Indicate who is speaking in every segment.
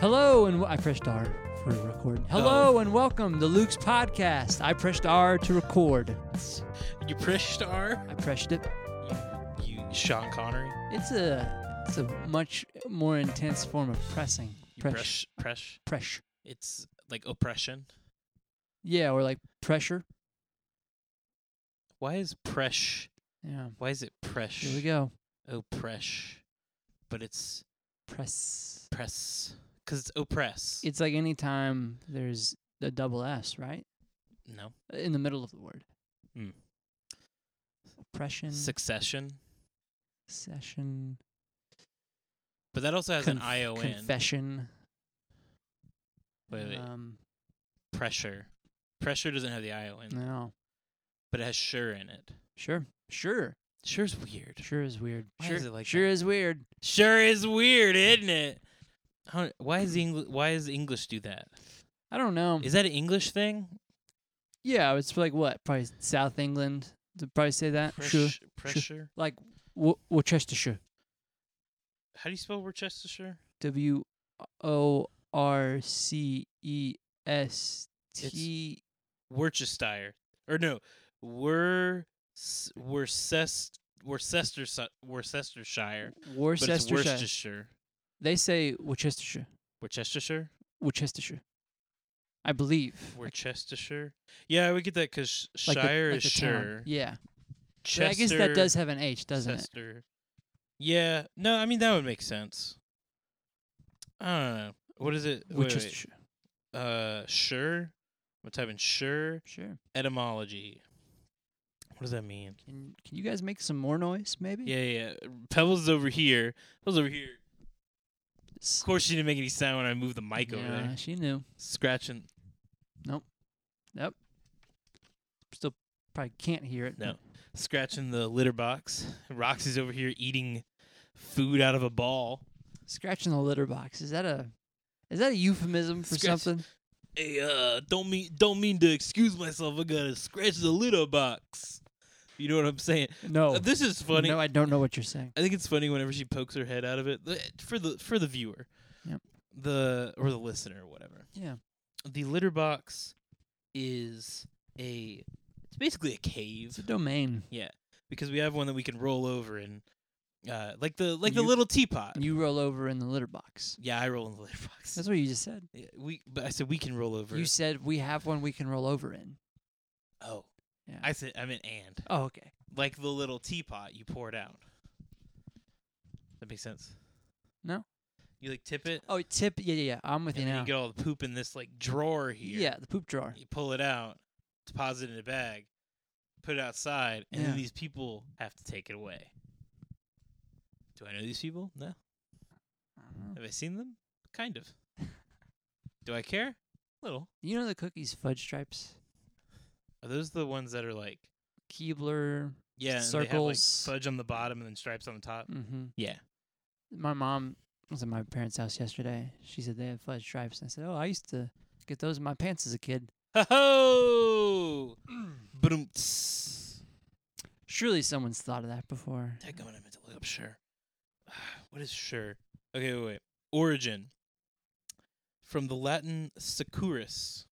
Speaker 1: Hello and w- I pressed R for record. Hello and welcome to Luke's podcast. I pressed R to record.
Speaker 2: You pressed R.
Speaker 1: I pressed it.
Speaker 2: You Sean Connery.
Speaker 1: It's a it's a much more intense form of pressing.
Speaker 2: You
Speaker 1: Press.
Speaker 2: press press.
Speaker 1: Press.
Speaker 2: It's like oppression.
Speaker 1: Yeah, or like pressure.
Speaker 2: Why is presh?
Speaker 1: Yeah.
Speaker 2: Why is it presh?
Speaker 1: Here we go.
Speaker 2: Oppresh, but it's
Speaker 1: Press.
Speaker 2: press because it's oppress.
Speaker 1: It's like any time there's a double S, right?
Speaker 2: no
Speaker 1: In the middle of the word.
Speaker 2: Mm.
Speaker 1: Oppression.
Speaker 2: succession,
Speaker 1: Session.
Speaker 2: but that also has an
Speaker 1: conf-
Speaker 2: ion.
Speaker 1: Confession.
Speaker 2: Wait, wait.
Speaker 1: Um,
Speaker 2: pressure. Pressure doesn't have the ion,
Speaker 1: no.
Speaker 2: but it has sure in it.
Speaker 1: Sure. Sure.
Speaker 2: Sure is weird.
Speaker 1: Sure is weird.
Speaker 2: Why
Speaker 1: sure
Speaker 2: is it like
Speaker 1: sure
Speaker 2: that?
Speaker 1: is weird.
Speaker 2: Sure is weird, isn't it? I don't- Why is English? Why does English do that?
Speaker 1: I don't know.
Speaker 2: Is that an English thing?
Speaker 1: yeah, it's like what? Probably South England. To probably say that.
Speaker 2: Presh,
Speaker 1: Uh, Sure.
Speaker 2: Pressure.
Speaker 1: Like Wo- Worcestershire.
Speaker 2: How do you spell Worcestershire?
Speaker 1: W O R C E S T.
Speaker 2: Worcestershire. Or no, Wor Worcest Worcestershire Worcestershire. But it's
Speaker 1: Worcestershire.
Speaker 2: Worcestershire.
Speaker 1: They say Worcestershire.
Speaker 2: Worcestershire?
Speaker 1: Worcestershire. I believe. Like-
Speaker 2: Worcestershire? Yeah, we get that because
Speaker 1: like the-
Speaker 2: Shire
Speaker 1: like
Speaker 2: is
Speaker 1: the town.
Speaker 2: sure.
Speaker 1: Yeah. But
Speaker 2: Chester,
Speaker 1: I guess that does have an H, doesn't it?
Speaker 2: Chester. Yeah. No, I mean that would make sense. I don't know. What is it? Wait, wait.
Speaker 1: Worcestershire.
Speaker 2: Uh sure. I'm typing sure
Speaker 1: Sure.
Speaker 2: etymology. What does that mean?
Speaker 1: Can can you guys make some more noise, maybe?
Speaker 2: Yeah, yeah. yeah. Pebbles is over here. Pebbles over here.
Speaker 1: S-
Speaker 2: Of course, she didn't make any sound when I moved the mic over
Speaker 1: Yeah,
Speaker 2: there.
Speaker 1: She knew.
Speaker 2: Scratching.
Speaker 1: Still probably can't hear it.
Speaker 2: No. Scratching the litter box. Roxy's over here eating food out of a ball.
Speaker 1: but Scratching the litter box. Is that a is that a euphemism for
Speaker 2: Scratch-
Speaker 1: something?
Speaker 2: Hey, uh, don't mean don't mean to excuse myself. I gotta scratch the litter box. You know what I'm saying?
Speaker 1: No.
Speaker 2: Uh, This is funny.
Speaker 1: Oh. No, I don't know what you're saying.
Speaker 2: I think it's funny whenever she pokes her head out of it The- for the for the viewer,
Speaker 1: Yep.
Speaker 2: the or the listener, whatever.
Speaker 1: Yeah.
Speaker 2: The litter box is a it's basically a cave.
Speaker 1: It's a domain.
Speaker 2: Yeah, because we have one that we can roll over and uh, like the like the
Speaker 1: You-
Speaker 2: little teapot.
Speaker 1: You roll over in the litter box.
Speaker 2: yeah, I roll in the litter box.
Speaker 1: That's what you just said.
Speaker 2: Yeah, we, but I said we can roll over.
Speaker 1: You said we have one we can roll over in.
Speaker 2: oh,
Speaker 1: Yeah.
Speaker 2: I said I meant and
Speaker 1: Oh, okay.
Speaker 2: like the little teapot you pour it out. That makes sense.
Speaker 1: No.
Speaker 2: You like tip it,
Speaker 1: Oh, tip. Yeah, yeah, yeah. I'm with
Speaker 2: and
Speaker 1: you
Speaker 2: then
Speaker 1: now.
Speaker 2: you get all the poop in this like drawer here.
Speaker 1: yeah, the poop drawer.
Speaker 2: You pull it out, deposit it in a bag, put it outside, and
Speaker 1: Yeah.
Speaker 2: then these people have to take it away. Do I know these people? No.
Speaker 1: I don't know.
Speaker 2: Have I seen them? Kind of. Do I care? Little.
Speaker 1: You know the cookies fudge stripes,
Speaker 2: Are those the ones that are like
Speaker 1: Keebler.
Speaker 2: yeah and they have, like,
Speaker 1: Circles.
Speaker 2: fudge on the bottom and then stripes on the top?
Speaker 1: Mm-hmm.
Speaker 2: Yeah.
Speaker 1: my mom was at my parents' house yesterday. She said they had fudge stripes, and I said, "Oh, I used to get those in my pants as a kid."
Speaker 2: Ho ho! Boom. Heck,
Speaker 1: Surely someone's thought of that before.
Speaker 2: I'm gonna have to look up sure. What is sure? Okay, wait, wait. Origin from the Latin securus.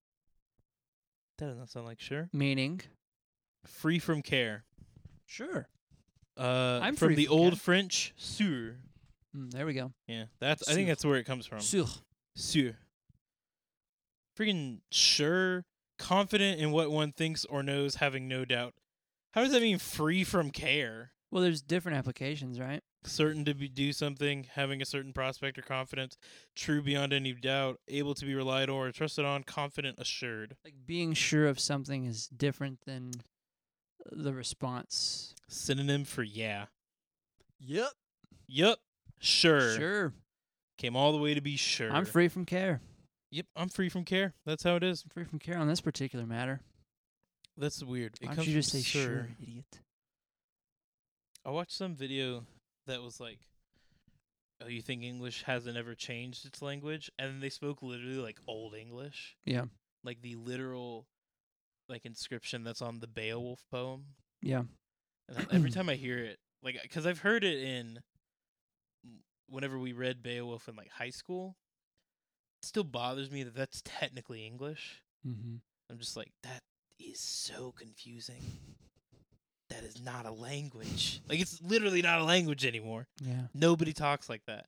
Speaker 2: That doesn't sound like sure.
Speaker 1: Meaning,
Speaker 2: Free from care.
Speaker 1: sure.
Speaker 2: Uh,
Speaker 1: I'm
Speaker 2: from
Speaker 1: free
Speaker 2: the
Speaker 1: from
Speaker 2: old
Speaker 1: care.
Speaker 2: French sur.
Speaker 1: Mm, there we go.
Speaker 2: Yeah, that's. I think
Speaker 1: Sur.
Speaker 2: that's where it comes from.
Speaker 1: Sur.
Speaker 2: Sure. Freaking sure, confident in what one thinks or knows, having no doubt. How does that mean free from care?
Speaker 1: Well, there's different applications, right?
Speaker 2: Certain to be, do something, having a certain prospect or confidence, true beyond any doubt, able to be relied on or trusted on, confident, assured.
Speaker 1: Like being sure of something is different than the response.
Speaker 2: Synonym for yeah.
Speaker 1: Yep.
Speaker 2: Yup. Sure.
Speaker 1: Sure.
Speaker 2: Came all the way to be sure.
Speaker 1: I'm free from care.
Speaker 2: Yep, I'm free from care. That's how it is.
Speaker 1: I'm free from care on this particular matter.
Speaker 2: That's weird.
Speaker 1: Why
Speaker 2: It
Speaker 1: don't
Speaker 2: comes
Speaker 1: you just
Speaker 2: from
Speaker 1: say sure,
Speaker 2: sure.
Speaker 1: idiot?
Speaker 2: I watched some video that was like, "Oh, you think English hasn't ever changed its language?" And then they spoke literally like old English,
Speaker 1: Yeah.
Speaker 2: like the literal, like inscription that's on the Beowulf poem.
Speaker 1: Yeah.
Speaker 2: And I- every time I hear it, like, because I've heard it in, whenever we read Beowulf in like high school, still bothers me that that's technically English.
Speaker 1: Mm-hmm.
Speaker 2: I'm just like, that is so confusing. That is not a language. like, it's literally not a language anymore.
Speaker 1: Yeah.
Speaker 2: Nobody talks like that.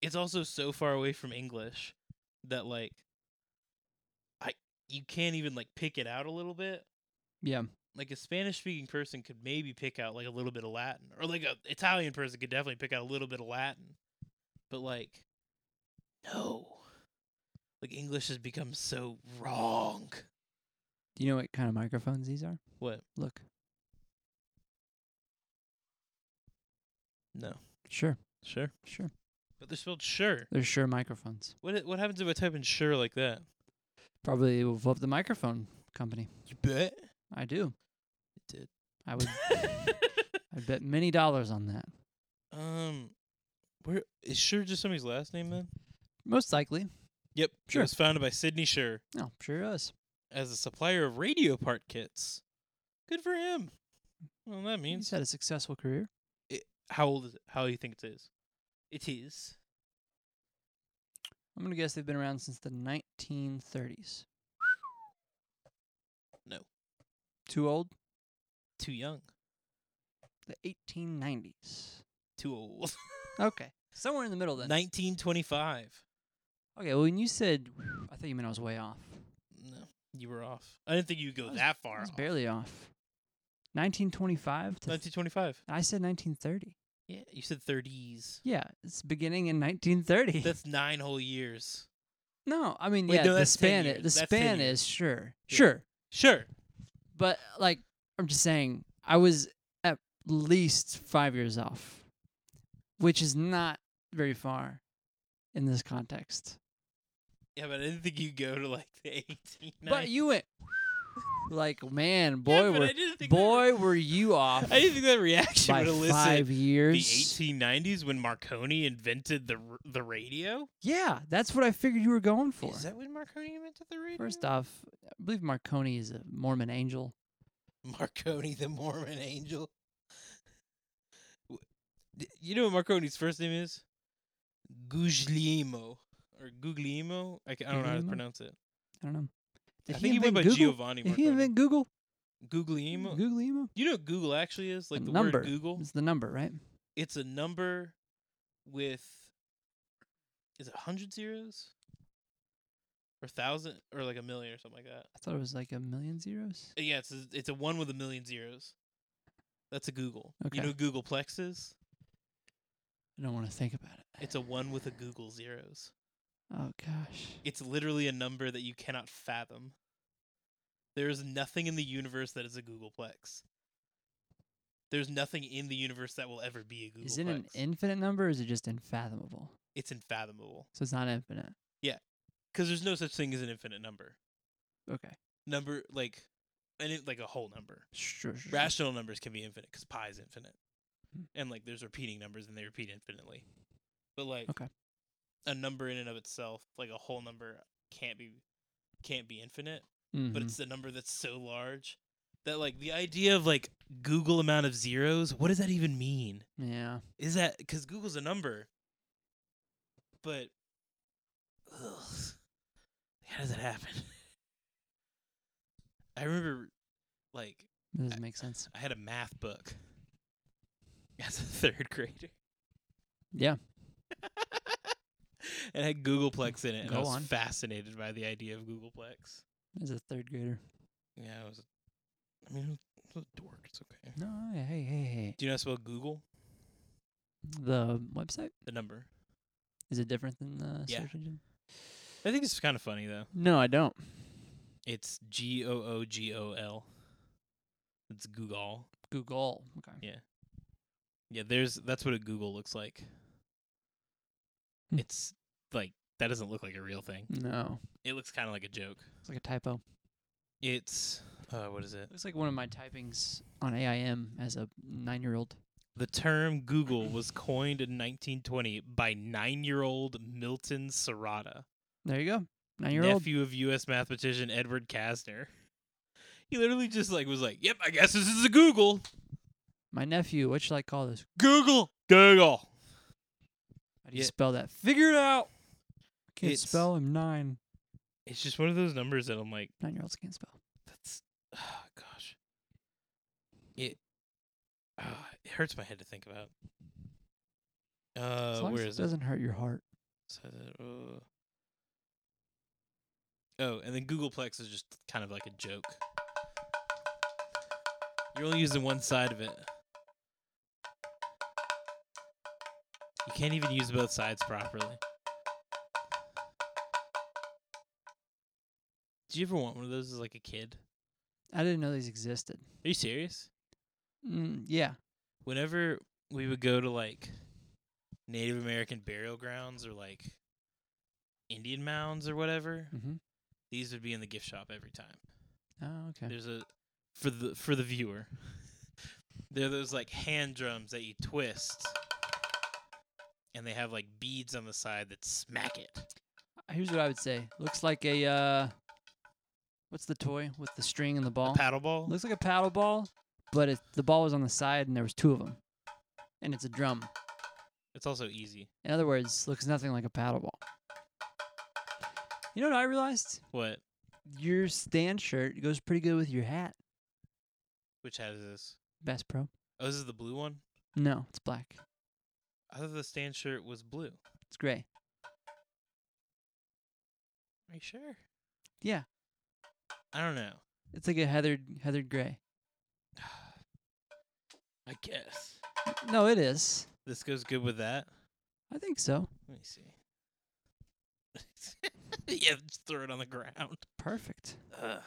Speaker 2: It's also so far away from English that, like, I you can't even, like, pick it out a little bit.
Speaker 1: Yeah.
Speaker 2: Like, a Spanish speaking person could maybe pick out, like, a little bit of Latin, or, like, a Italian person could definitely pick out a little bit of Latin. But, like, no. Like, English has become so wrong.
Speaker 1: Do you know what kind of microphones these are?
Speaker 2: What?
Speaker 1: Look.
Speaker 2: No.
Speaker 1: Sure.
Speaker 2: Sure.
Speaker 1: Sure.
Speaker 2: But they're spelled sure.
Speaker 1: They're sure microphones.
Speaker 2: What what happens if I type in sure like that?
Speaker 1: Probably will blow up the microphone company.
Speaker 2: You bet.
Speaker 1: I do.
Speaker 2: It did.
Speaker 1: I would. I bet many dollars on that.
Speaker 2: um, where is sure just somebody's last name then?
Speaker 1: Most likely.
Speaker 2: Yep. It
Speaker 1: Sure.
Speaker 2: was founded by Sidney Sure
Speaker 1: No, sure is.
Speaker 2: as a supplier of radio part kits. Good for him. Well, that
Speaker 1: He's
Speaker 2: means
Speaker 1: had a successful career.
Speaker 2: how old is it? How do you think it is? It is.
Speaker 1: I'm gonna guess they've been around since the 1930s.
Speaker 2: No.
Speaker 1: Too old.
Speaker 2: Too young.
Speaker 1: The 1890s.
Speaker 2: Too old.
Speaker 1: Okay. Somewhere in the middle then.
Speaker 2: 1925.
Speaker 1: Okay. Well, when you said, I thought you meant I was way off.
Speaker 2: No, you were off. I didn't think you'd go
Speaker 1: I was-
Speaker 2: that
Speaker 1: I
Speaker 2: far.
Speaker 1: was
Speaker 2: off.
Speaker 1: barely off. 1925 to.
Speaker 2: 1925.
Speaker 1: I said 1930.
Speaker 2: Yeah, you said 30s.
Speaker 1: Yeah, it's beginning in 1930.
Speaker 2: That's nine whole years.
Speaker 1: no, I mean,
Speaker 2: Wait,
Speaker 1: yeah,
Speaker 2: no,
Speaker 1: the
Speaker 2: that's 10
Speaker 1: span, i-
Speaker 2: years.
Speaker 1: the
Speaker 2: That's 10
Speaker 1: span
Speaker 2: years.
Speaker 1: is sure,
Speaker 2: Yeah.
Speaker 1: sure,
Speaker 2: Sure.
Speaker 1: but like, I'm just saying, I was at least five years off, which is not very far in this context.
Speaker 2: Yeah, but I didn't think you go to like the 18.
Speaker 1: But you went, like, man, boy,
Speaker 2: but I
Speaker 1: were
Speaker 2: didn't think that-
Speaker 1: boy, were you off
Speaker 2: I didn't think that reaction
Speaker 1: by
Speaker 2: would elicit
Speaker 1: five
Speaker 2: the
Speaker 1: years?
Speaker 2: 1890s when Marconi invented the r- the radio.
Speaker 1: Yeah, that's what I figured you were going for.
Speaker 2: Is that when Marconi invented the radio?
Speaker 1: First off, I believe Marconi is a Mormon angel.
Speaker 2: Marconi, the Mormon angel. W- d- You know what Marconi's first name is? Guglielmo or Guglielmo. I, ca- I don't know how to
Speaker 1: Guglielmo?
Speaker 2: pronounce it.
Speaker 1: I don't know.
Speaker 2: I think he went by
Speaker 1: invent Google?
Speaker 2: Giovanni
Speaker 1: Did he
Speaker 2: Marconi.
Speaker 1: invent Google?
Speaker 2: Guglielmo.
Speaker 1: Google email?
Speaker 2: you know what Google actually is? Like
Speaker 1: A
Speaker 2: the
Speaker 1: number.
Speaker 2: word Google.
Speaker 1: It's the number, right?
Speaker 2: it's a number with is it hundred zeros or thousand or like a million or something like that
Speaker 1: I thought it was like a million zeros.
Speaker 2: Uh, yeah it's a, it's a one with a million zeros that's a google
Speaker 1: Okay.
Speaker 2: you know what googleplex is
Speaker 1: I don't want to think about it.
Speaker 2: it's a one with a google zeros
Speaker 1: Oh gosh.
Speaker 2: it's literally a number that you cannot fathom there is nothing in the universe that is a googleplex there's nothing in the universe that will ever be a googleplex
Speaker 1: Is it an infinite number or is it just unfathomable?
Speaker 2: it's unfathomable
Speaker 1: So it's not infinite.
Speaker 2: because there's no such thing as an infinite number
Speaker 1: Okay.
Speaker 2: number like and it, like a whole number.
Speaker 1: Sure. sure, sure.
Speaker 2: Rational numbers can be infinite because pi is infinite,
Speaker 1: Hmm.
Speaker 2: and like there's repeating numbers and they repeat infinitely. But like
Speaker 1: Okay.
Speaker 2: a number in and of itself, like a whole number, can't be can't be infinite. But
Speaker 1: Mhm.
Speaker 2: it's the number that's so large that like the idea of like Google amount of zeros. What does that even mean?
Speaker 1: Mm-hmm. yeah.
Speaker 2: Is that because Google's a number? But ugh, how does that happen? I remember, like,
Speaker 1: That doesn't make sense.
Speaker 2: I had a math book as a third grader,
Speaker 1: Yeah.
Speaker 2: and it had Googleplex in it, and I
Speaker 1: Go
Speaker 2: was
Speaker 1: on.
Speaker 2: fascinated by the idea of Googleplex.
Speaker 1: As a third grader.
Speaker 2: Yeah, I was. I mean, I was a dork. It's okay.
Speaker 1: No. Hey. Hey. Hey.
Speaker 2: Do you know how to spell Google?
Speaker 1: The website
Speaker 2: The number.
Speaker 1: is it different than the
Speaker 2: Yeah.
Speaker 1: search engine?
Speaker 2: I think it's kind of funny though.
Speaker 1: No, I don't.
Speaker 2: It's G O O G O L. It's Google.
Speaker 1: Google. Okay.
Speaker 2: Yeah, there's that's what a Google looks like.
Speaker 1: Hmm.
Speaker 2: It's like that doesn't look like a real thing.
Speaker 1: No.
Speaker 2: It looks kind of like a joke.
Speaker 1: It's like a typo.
Speaker 2: It's uh, what is it?
Speaker 1: Looks like one of my typings on AIM as a nine-year-old.
Speaker 2: The term Google was coined in 1920 by nine-year-old Milton Serrata,
Speaker 1: There you go. Nine-year-old.
Speaker 2: nephew of U.S. mathematician Edward Kastner. He literally just like was like, "Yep, I guess this is a Google.
Speaker 1: My nephew, what should I call this?
Speaker 2: Google, Google."
Speaker 1: How do you
Speaker 2: Yeah.
Speaker 1: spell that? Figure it out. Can't
Speaker 2: It's-
Speaker 1: spell. I'm nine.
Speaker 2: It's just one of those numbers that I'm like,
Speaker 1: Nine year olds can't spell.
Speaker 2: that's oh gosh. It ah, it hurts my head to think about.
Speaker 1: As
Speaker 2: Uh
Speaker 1: long
Speaker 2: where
Speaker 1: as
Speaker 2: is
Speaker 1: it
Speaker 2: it?
Speaker 1: doesn't hurt your heart.
Speaker 2: So that, uh, Oh, and then Googleplex is just kind of like a joke. You're only using one side of it. You can't even use both sides properly. Did you ever want one of those as like a kid?
Speaker 1: I didn't know these existed.
Speaker 2: Are you serious?
Speaker 1: Mm, yeah.
Speaker 2: whenever we would go to like Native American burial grounds or like Indian mounds or whatever,
Speaker 1: Mm-hmm.
Speaker 2: these would be in the gift shop every time.
Speaker 1: Oh, okay.
Speaker 2: There's a for the for the viewer. there are those like hand drums that you twist and they have like beads on the side that smack it.
Speaker 1: Uh, Here's what I would say. Looks like a uh, what's the toy with the string and the
Speaker 2: A
Speaker 1: ball?
Speaker 2: paddle ball?
Speaker 1: Looks like a paddle ball, but it, the ball was on the side and there was two of them, and it's a drum.
Speaker 2: It's also easy.
Speaker 1: In other words, looks nothing like a paddle ball. You know what I realized?
Speaker 2: What?
Speaker 1: Your stand shirt goes pretty good with your hat.
Speaker 2: Which hat is this?
Speaker 1: Best Pro?
Speaker 2: Oh, this is the blue one?
Speaker 1: No, it's black.
Speaker 2: I thought the stand shirt was blue.
Speaker 1: It's gray.
Speaker 2: Are you sure?
Speaker 1: Yeah,
Speaker 2: I don't know.
Speaker 1: it's like a heathered heathered gray.
Speaker 2: I guess.
Speaker 1: No, it is.
Speaker 2: This goes good with that.
Speaker 1: I think so.
Speaker 2: Let me see. yeah, just throw it on the ground.
Speaker 1: Perfect.
Speaker 2: Ugh.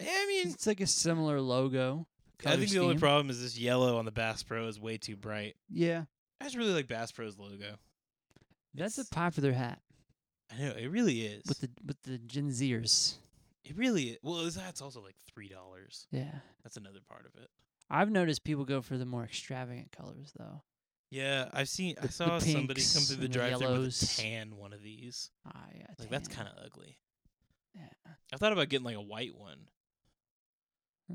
Speaker 2: Yeah, I mean,
Speaker 1: It's like a similar logo.
Speaker 2: I
Speaker 1: color
Speaker 2: think the only
Speaker 1: scheme.
Speaker 2: problem is this yellow on the Bass Pro is way too bright.
Speaker 1: Yeah,
Speaker 2: I just really like Bass Pro's logo.
Speaker 1: that's a
Speaker 2: It's-
Speaker 1: popular hat
Speaker 2: I know it really is.
Speaker 1: with the with the Gen Zers.
Speaker 2: it really is. Well, this hat's also like three dollars.
Speaker 1: Yeah,
Speaker 2: That's another part of it.
Speaker 1: I've noticed people go for the more extravagant colors though.
Speaker 2: Yeah, I've seen. I
Speaker 1: The- the
Speaker 2: saw somebody
Speaker 1: pinks
Speaker 2: come through the
Speaker 1: and the
Speaker 2: drive-through with a
Speaker 1: yellows.
Speaker 2: tan one of these.
Speaker 1: Ah, yeah,
Speaker 2: Like that's
Speaker 1: tan.
Speaker 2: kind of ugly.
Speaker 1: Yeah.
Speaker 2: I thought about getting like a white one.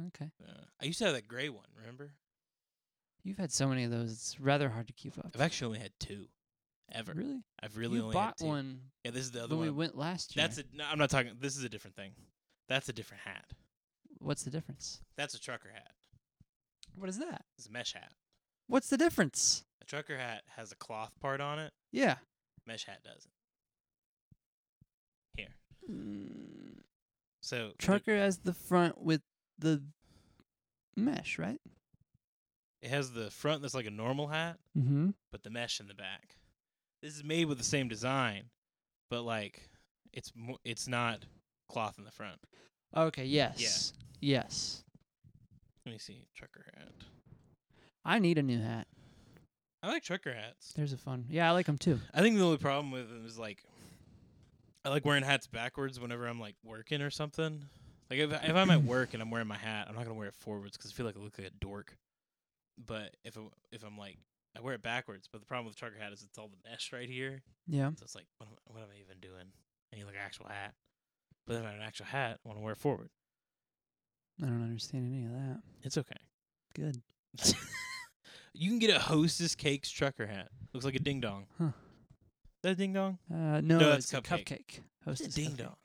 Speaker 1: Okay,
Speaker 2: Uh, I used to have that gray one. Remember?
Speaker 1: you've had so many of those; it's rather hard to keep up.
Speaker 2: I've actually only had two, ever.
Speaker 1: Really,
Speaker 2: I've really
Speaker 1: you
Speaker 2: only
Speaker 1: bought
Speaker 2: had two.
Speaker 1: one
Speaker 2: Yeah, this is the other
Speaker 1: when we
Speaker 2: one.
Speaker 1: went last year.
Speaker 2: That's a. No, I'm not talking. This is a different thing. That's a different hat.
Speaker 1: What's the difference?
Speaker 2: That's a trucker hat.
Speaker 1: What is that?
Speaker 2: It's a mesh hat.
Speaker 1: What's the difference?
Speaker 2: A trucker hat has a cloth part on it.
Speaker 1: Yeah.
Speaker 2: Mesh hat doesn't. Here.
Speaker 1: Mm,
Speaker 2: So the-
Speaker 1: trucker has the front with the mesh, right?
Speaker 2: It has the front that's like a normal hat,
Speaker 1: Mm-hmm.
Speaker 2: but the mesh in the back. This is made with the same design, but like it's mo- it's not cloth in the front.
Speaker 1: Okay. Yes. Yes.
Speaker 2: Let me see trucker hat.
Speaker 1: I need a new hat.
Speaker 2: I like trucker hats.
Speaker 1: There's a fun. Yeah, I like them too.
Speaker 2: I think the only problem with them is like, I like wearing hats backwards whenever I'm like working or something. Like if if I'm at work and I'm wearing my hat, I'm not gonna wear it forwards because I feel like I look like a dork. But if I, if I'm like I wear it backwards, but the problem with trucker hat is it's all the mesh right here,
Speaker 1: Yeah.
Speaker 2: so it's like what am, I- what am I even doing? I need like an actual hat. But if I have an actual hat, I want to wear it forward.
Speaker 1: I don't understand any of that.
Speaker 2: It's okay.
Speaker 1: Good.
Speaker 2: You can get a Hostess Cakes trucker hat. Looks like a ding dong.
Speaker 1: Huh.
Speaker 2: Is that a ding dong?
Speaker 1: Uh, no,
Speaker 2: No,
Speaker 1: it's
Speaker 2: that's
Speaker 1: a
Speaker 2: cupcake.
Speaker 1: cupcake.
Speaker 2: It's a
Speaker 1: Hostess
Speaker 2: ding
Speaker 1: cupcake.
Speaker 2: dong.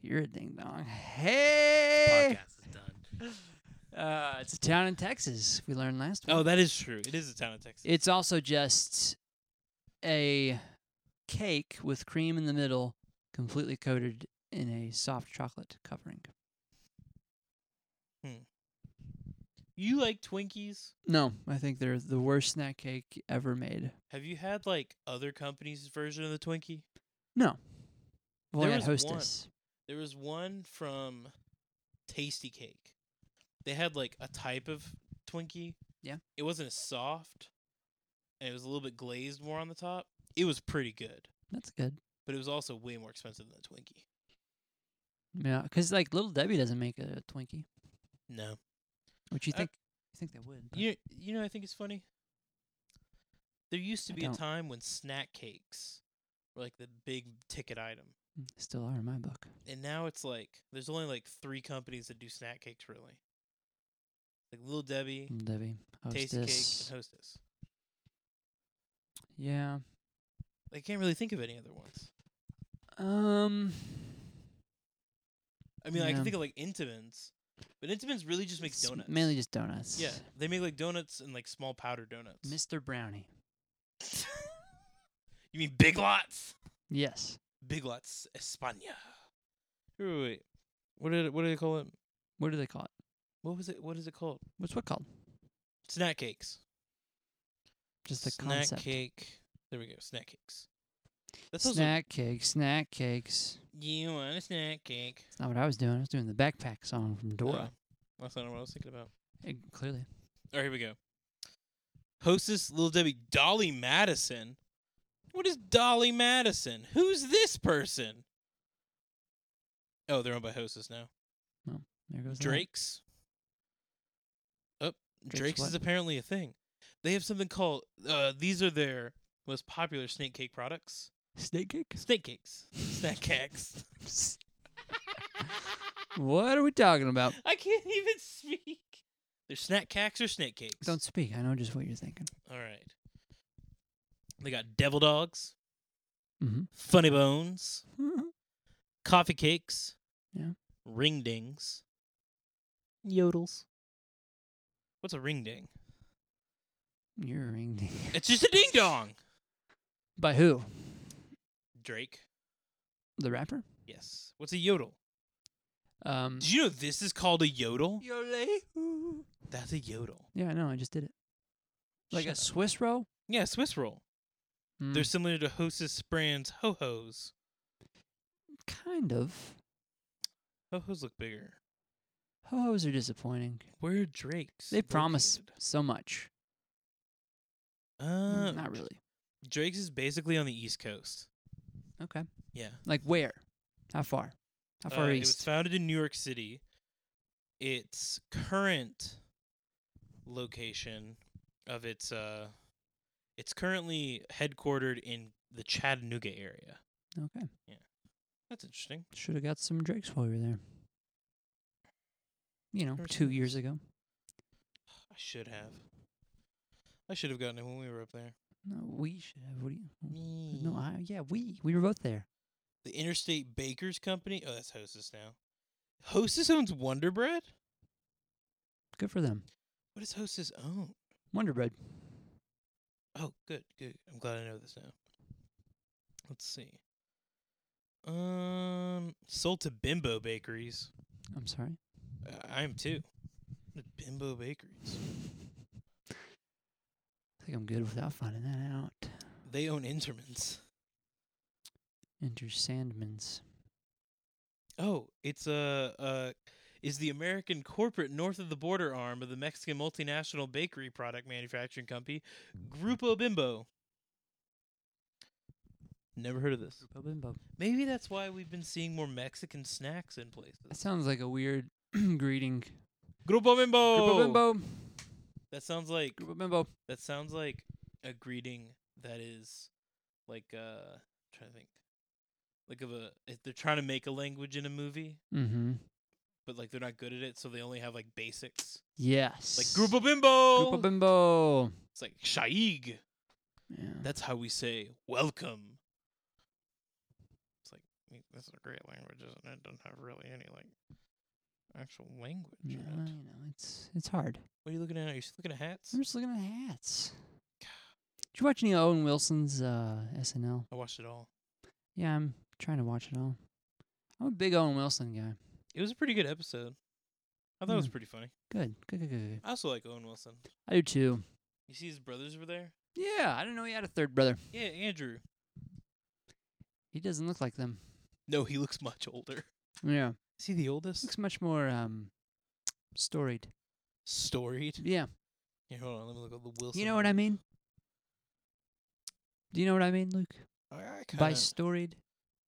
Speaker 1: You're a ding dong. Hey.
Speaker 2: Podcast is done.
Speaker 1: Uh, it's a town in Texas. We learned last week.
Speaker 2: Oh, that is true. It is a town of Texas.
Speaker 1: It's also just a cake with cream in the middle, completely coated in a soft chocolate covering.
Speaker 2: you like Twinkies?
Speaker 1: No, I think they're the worst snack cake ever made.
Speaker 2: Have you had like other companies' version of the Twinkie?
Speaker 1: No. Well,
Speaker 2: There
Speaker 1: I had
Speaker 2: was one.
Speaker 1: Hostess.
Speaker 2: There was one from Tasty Cake. They had like a type of Twinkie.
Speaker 1: Yeah.
Speaker 2: It wasn't as soft, and it was a little bit glazed more on the top. It was pretty good,
Speaker 1: That's good.
Speaker 2: but it was also way more expensive than the Twinkie.
Speaker 1: Yeah, because like Little Debbie doesn't make a Twinkie,
Speaker 2: No.
Speaker 1: which you
Speaker 2: I-
Speaker 1: think you think they would. but-
Speaker 2: Uh, You you know I think it's funny. There used to
Speaker 1: I
Speaker 2: be a
Speaker 1: don't.
Speaker 2: time when snack cakes were like the big ticket item.
Speaker 1: Mm, Still are in my book.
Speaker 2: and now it's like there's only like three companies that do snack cakes really. Like Little Debbie,
Speaker 1: Little Debbie,
Speaker 2: Tasty Cake,
Speaker 1: Hostess.
Speaker 2: and Hostess.
Speaker 1: Yeah.
Speaker 2: I can't really think of any other ones.
Speaker 1: Um,
Speaker 2: I mean, I
Speaker 1: Yeah.
Speaker 2: can think of like Intamins, but Intamins really just makes
Speaker 1: it's
Speaker 2: donuts.
Speaker 1: Mainly just donuts.
Speaker 2: Yeah, they make like donuts and like small powder donuts.
Speaker 1: Mr. Brownie.
Speaker 2: you mean Big Lots?
Speaker 1: Yes.
Speaker 2: Big Lots España. Wait, wait, wait. What did it, what do they call it?
Speaker 1: What do they call it?
Speaker 2: What was it? What is it called?
Speaker 1: What's what called?
Speaker 2: Snack cakes.
Speaker 1: Just the
Speaker 2: snack
Speaker 1: concept.
Speaker 2: cake. There we go. Snack cakes. That's also-
Speaker 1: snack cakes. Snack cakes.
Speaker 2: you want a snack cake?
Speaker 1: It's not what I was doing. I was doing the backpack song from Dora.
Speaker 2: Oh, that's not what I was thinking about.
Speaker 1: Eh, clearly.
Speaker 2: All right, here we go. Hostess Little Debbie Dolly Madison. What is Dolly Madison? Who's this person? Oh, they're owned by Hostess now.
Speaker 1: There goes that.
Speaker 2: Drake's. Up,
Speaker 1: Drake's
Speaker 2: Drake's is
Speaker 1: what?
Speaker 2: apparently a thing. They have something called. Uh, these are their most popular snake cake products.
Speaker 1: Snake cake.
Speaker 2: Snake cakes, snack cakes.
Speaker 1: what are we talking about?
Speaker 2: I can't even speak. They're snack cakes or snake cakes.
Speaker 1: Don't speak. I know just what you're thinking.
Speaker 2: All right. They got devil dogs,
Speaker 1: Mhm.
Speaker 2: funny bones, coffee cakes,
Speaker 1: Yeah.
Speaker 2: ring dings, yodels. What's a ring ding?
Speaker 1: You're a ring ding.
Speaker 2: It's just a ding dong.
Speaker 1: By who?
Speaker 2: Drake.
Speaker 1: The rapper?
Speaker 2: Yes. What's a yodel?
Speaker 1: Um.
Speaker 2: Did you know this is called a yodel?
Speaker 1: Yole.
Speaker 2: That's a yodel.
Speaker 1: Yeah, I know. I just did it. Like
Speaker 2: Shut
Speaker 1: a
Speaker 2: up.
Speaker 1: Swiss roll.
Speaker 2: yeah, Swiss roll.
Speaker 1: Mm,
Speaker 2: They're similar to Hostess brand's ho hos.
Speaker 1: Mm, kind of.
Speaker 2: Ho hos look bigger.
Speaker 1: Ho hos are disappointing.
Speaker 2: Where are Drake's?
Speaker 1: They promise
Speaker 2: located?
Speaker 1: so much.
Speaker 2: Uh,
Speaker 1: Mm, Not really.
Speaker 2: Drake's is basically on the East Coast.
Speaker 1: Okay.
Speaker 2: Yeah.
Speaker 1: Like where? How far? How far
Speaker 2: Uh, It was
Speaker 1: east?
Speaker 2: founded in New York City. Its current location of its uh it's currently headquartered in the Chattanooga area.
Speaker 1: okay.
Speaker 2: That's interesting.
Speaker 1: Should have got some Drake's while we were there. You know,
Speaker 2: Never seen
Speaker 1: two
Speaker 2: those.
Speaker 1: years ago.
Speaker 2: I should have. I should have gotten it when we were up there.
Speaker 1: No, we should have. What do you? No,
Speaker 2: The
Speaker 1: I. Yeah, we. We were both there.
Speaker 2: Interstate Bakers Company. Oh, that's Hostess now. Hostess owns Wonder Bread?
Speaker 1: Good for them.
Speaker 2: What does Hostess own?
Speaker 1: Wonder Bread.
Speaker 2: Oh, good, good. I'm glad I know this now. Let's see. Um, sold to Bimbo Bakeries.
Speaker 1: I'm sorry.
Speaker 2: Uh, I am too. The Bimbo Bakeries.
Speaker 1: I think I'm good without finding that out.
Speaker 2: They own Intermans.
Speaker 1: Enter Sandman's.
Speaker 2: Oh, it's a uh, uh, is the American corporate north of the border arm of the Mexican multinational bakery product manufacturing company, Grupo Bimbo. Never heard of this.
Speaker 1: Grupo Bimbo.
Speaker 2: Maybe that's why we've been seeing more Mexican snacks in
Speaker 1: That
Speaker 2: places.
Speaker 1: sounds like a weird greeting.
Speaker 2: Grupo Bimbo.
Speaker 1: Grupo Bimbo.
Speaker 2: That sounds like
Speaker 1: Grupo Bimbo.
Speaker 2: that sounds like a greeting that is like uh I'm trying to think like of a if they're trying to make a language in a movie
Speaker 1: Mm-hmm.
Speaker 2: but like they're not good at it so they only have like basics
Speaker 1: Yes.
Speaker 2: like grupo bimbo
Speaker 1: Grupo Bimbo.
Speaker 2: it's like shaig
Speaker 1: Yeah.
Speaker 2: that's how we say welcome it's like I mean, this is a great language isn't it? it doesn't have really any like actual language in
Speaker 1: Yeah,
Speaker 2: it.
Speaker 1: well, you know, it's it's hard.
Speaker 2: what are you looking at are you just looking at hats
Speaker 1: I'm just looking at hats. Did you watch any Owen Wilson's uh, SNL?
Speaker 2: i watched it all
Speaker 1: Yeah, I'm trying to watch it all. I'm a big Owen Wilson guy.
Speaker 2: it was a pretty good episode i thought it was
Speaker 1: Hmm.
Speaker 2: pretty funny
Speaker 1: Good, good, good, good, good.
Speaker 2: i also like owen wilson
Speaker 1: I do too.
Speaker 2: You see his brothers over there?
Speaker 1: Yeah, I didn't know he had a third brother.
Speaker 2: Yeah, Andrew.
Speaker 1: He doesn't look like them.
Speaker 2: No, he looks much older.
Speaker 1: Yeah,
Speaker 2: Is he the oldest?
Speaker 1: looks much more um, storied.
Speaker 2: Storied.
Speaker 1: Yeah,
Speaker 2: Here, hold on. Let me look at the Wilson.
Speaker 1: you know what I mean. Do you know what I mean, Luke?
Speaker 2: I, I
Speaker 1: By
Speaker 2: kinda,
Speaker 1: storied,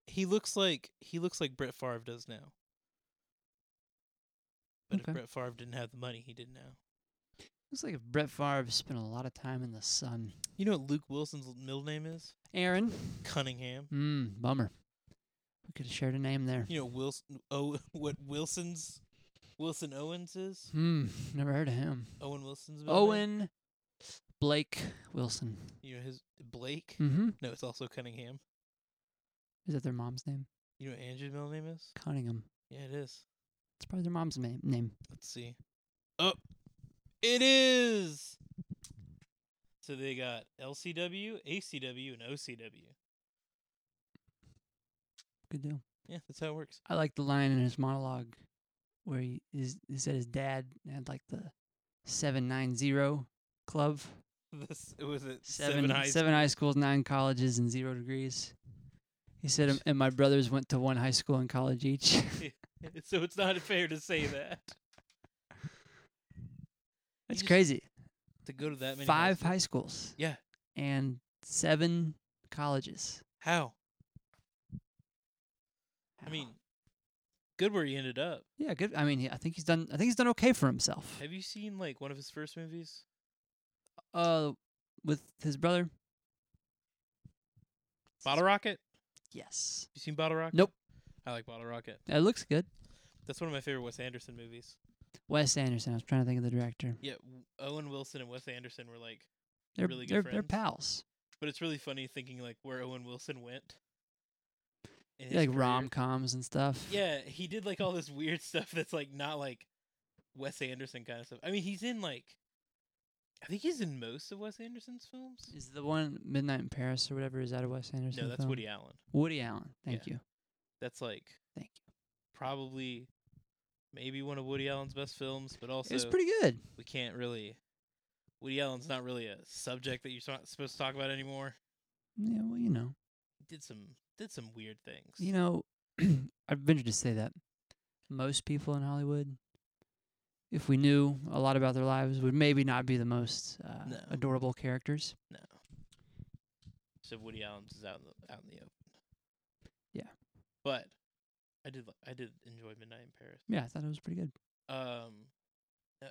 Speaker 2: he looks like he looks like Brett Favre does now. But
Speaker 1: Okay.
Speaker 2: if Brett Favre didn't have the money, he did now.
Speaker 1: looks like if Brett Favre spent a lot of time in the sun.
Speaker 2: You know what Luke Wilson's l- middle name is?
Speaker 1: Aaron.
Speaker 2: Cunningham.
Speaker 1: Mm, bummer. We could have shared a name there.
Speaker 2: You know Wilson. Oh, what Wilson's Wilson Owens is?
Speaker 1: Hmm, never heard of him.
Speaker 2: Owen Wilson's middle name?
Speaker 1: Owen Blake Wilson.
Speaker 2: You know his Blake?
Speaker 1: Mm-hmm.
Speaker 2: No, it's also Cunningham.
Speaker 1: Is that their mom's name?
Speaker 2: You know what Andrew's middle name is?
Speaker 1: Cunningham.
Speaker 2: Yeah, it is.
Speaker 1: It's probably their mom's name. Name.
Speaker 2: Let's see. Oh, it is. So they got LCW, ACW, and OCW.
Speaker 1: Good deal.
Speaker 2: Yeah, that's how it works.
Speaker 1: I like the line in his monologue where he is. He said his dad had like the seven nine zero club.
Speaker 2: This it was it
Speaker 1: Seven
Speaker 2: seven, high
Speaker 1: seven high schools, nine colleges, and zero degrees. He said, "Um, and my brothers went to one high school and college each.
Speaker 2: schools. So it's not fair to say that.
Speaker 1: That's
Speaker 2: just-
Speaker 1: crazy.
Speaker 2: To go to that many high
Speaker 1: Five
Speaker 2: schools.
Speaker 1: high schools.
Speaker 2: Yeah.
Speaker 1: And seven colleges.
Speaker 2: How? I
Speaker 1: Wow.
Speaker 2: mean, good where he ended up.
Speaker 1: yeah, good. I mean, he- I think he's done. I think he's done okay for himself.
Speaker 2: Have you seen like one of his first movies?
Speaker 1: Uh, with his brother.
Speaker 2: Bottle Rocket.
Speaker 1: Yes.
Speaker 2: You seen Bottle Rocket?
Speaker 1: Nope.
Speaker 2: I like Bottle Rocket.
Speaker 1: It looks good.
Speaker 2: That's one of my favorite Wes Anderson movies.
Speaker 1: Wes Anderson. I was trying to think of the director.
Speaker 2: Yeah, w- Owen Wilson and Wes Anderson were like,
Speaker 1: They're
Speaker 2: Really good
Speaker 1: they're, they're
Speaker 2: friends.
Speaker 1: pals.
Speaker 2: but it's really funny thinking like where Owen Wilson went.
Speaker 1: They're
Speaker 2: in his
Speaker 1: like
Speaker 2: career.
Speaker 1: rom coms and stuff.
Speaker 2: Yeah, he did like all this weird stuff that's like not like Wes Anderson kind of stuff. I mean, he's in like, I think he's in most of Wes Anderson's films.
Speaker 1: Is the one Midnight in Paris or whatever is that a Wes Anderson?
Speaker 2: No, that's
Speaker 1: film?
Speaker 2: Woody Allen.
Speaker 1: Woody Allen. Thank
Speaker 2: Yeah.
Speaker 1: you.
Speaker 2: That's like
Speaker 1: Thank you.
Speaker 2: probably maybe one of Woody Allen's best films, but also
Speaker 1: it was pretty good.
Speaker 2: we can't really. Woody Allen's not really a subject that you're so- supposed to talk about anymore.
Speaker 1: Yeah, well, you know,
Speaker 2: He did some did some weird things.
Speaker 1: you know, I venture to say that most people in Hollywood, if we knew a lot about their lives, would maybe not be the most uh,
Speaker 2: No.
Speaker 1: adorable characters.
Speaker 2: No. So Woody Allen's is out in the out in the open.
Speaker 1: Yeah.
Speaker 2: But I did li- I did enjoy Midnight in Paris.
Speaker 1: Yeah, I thought it was pretty good.
Speaker 2: Um, uh,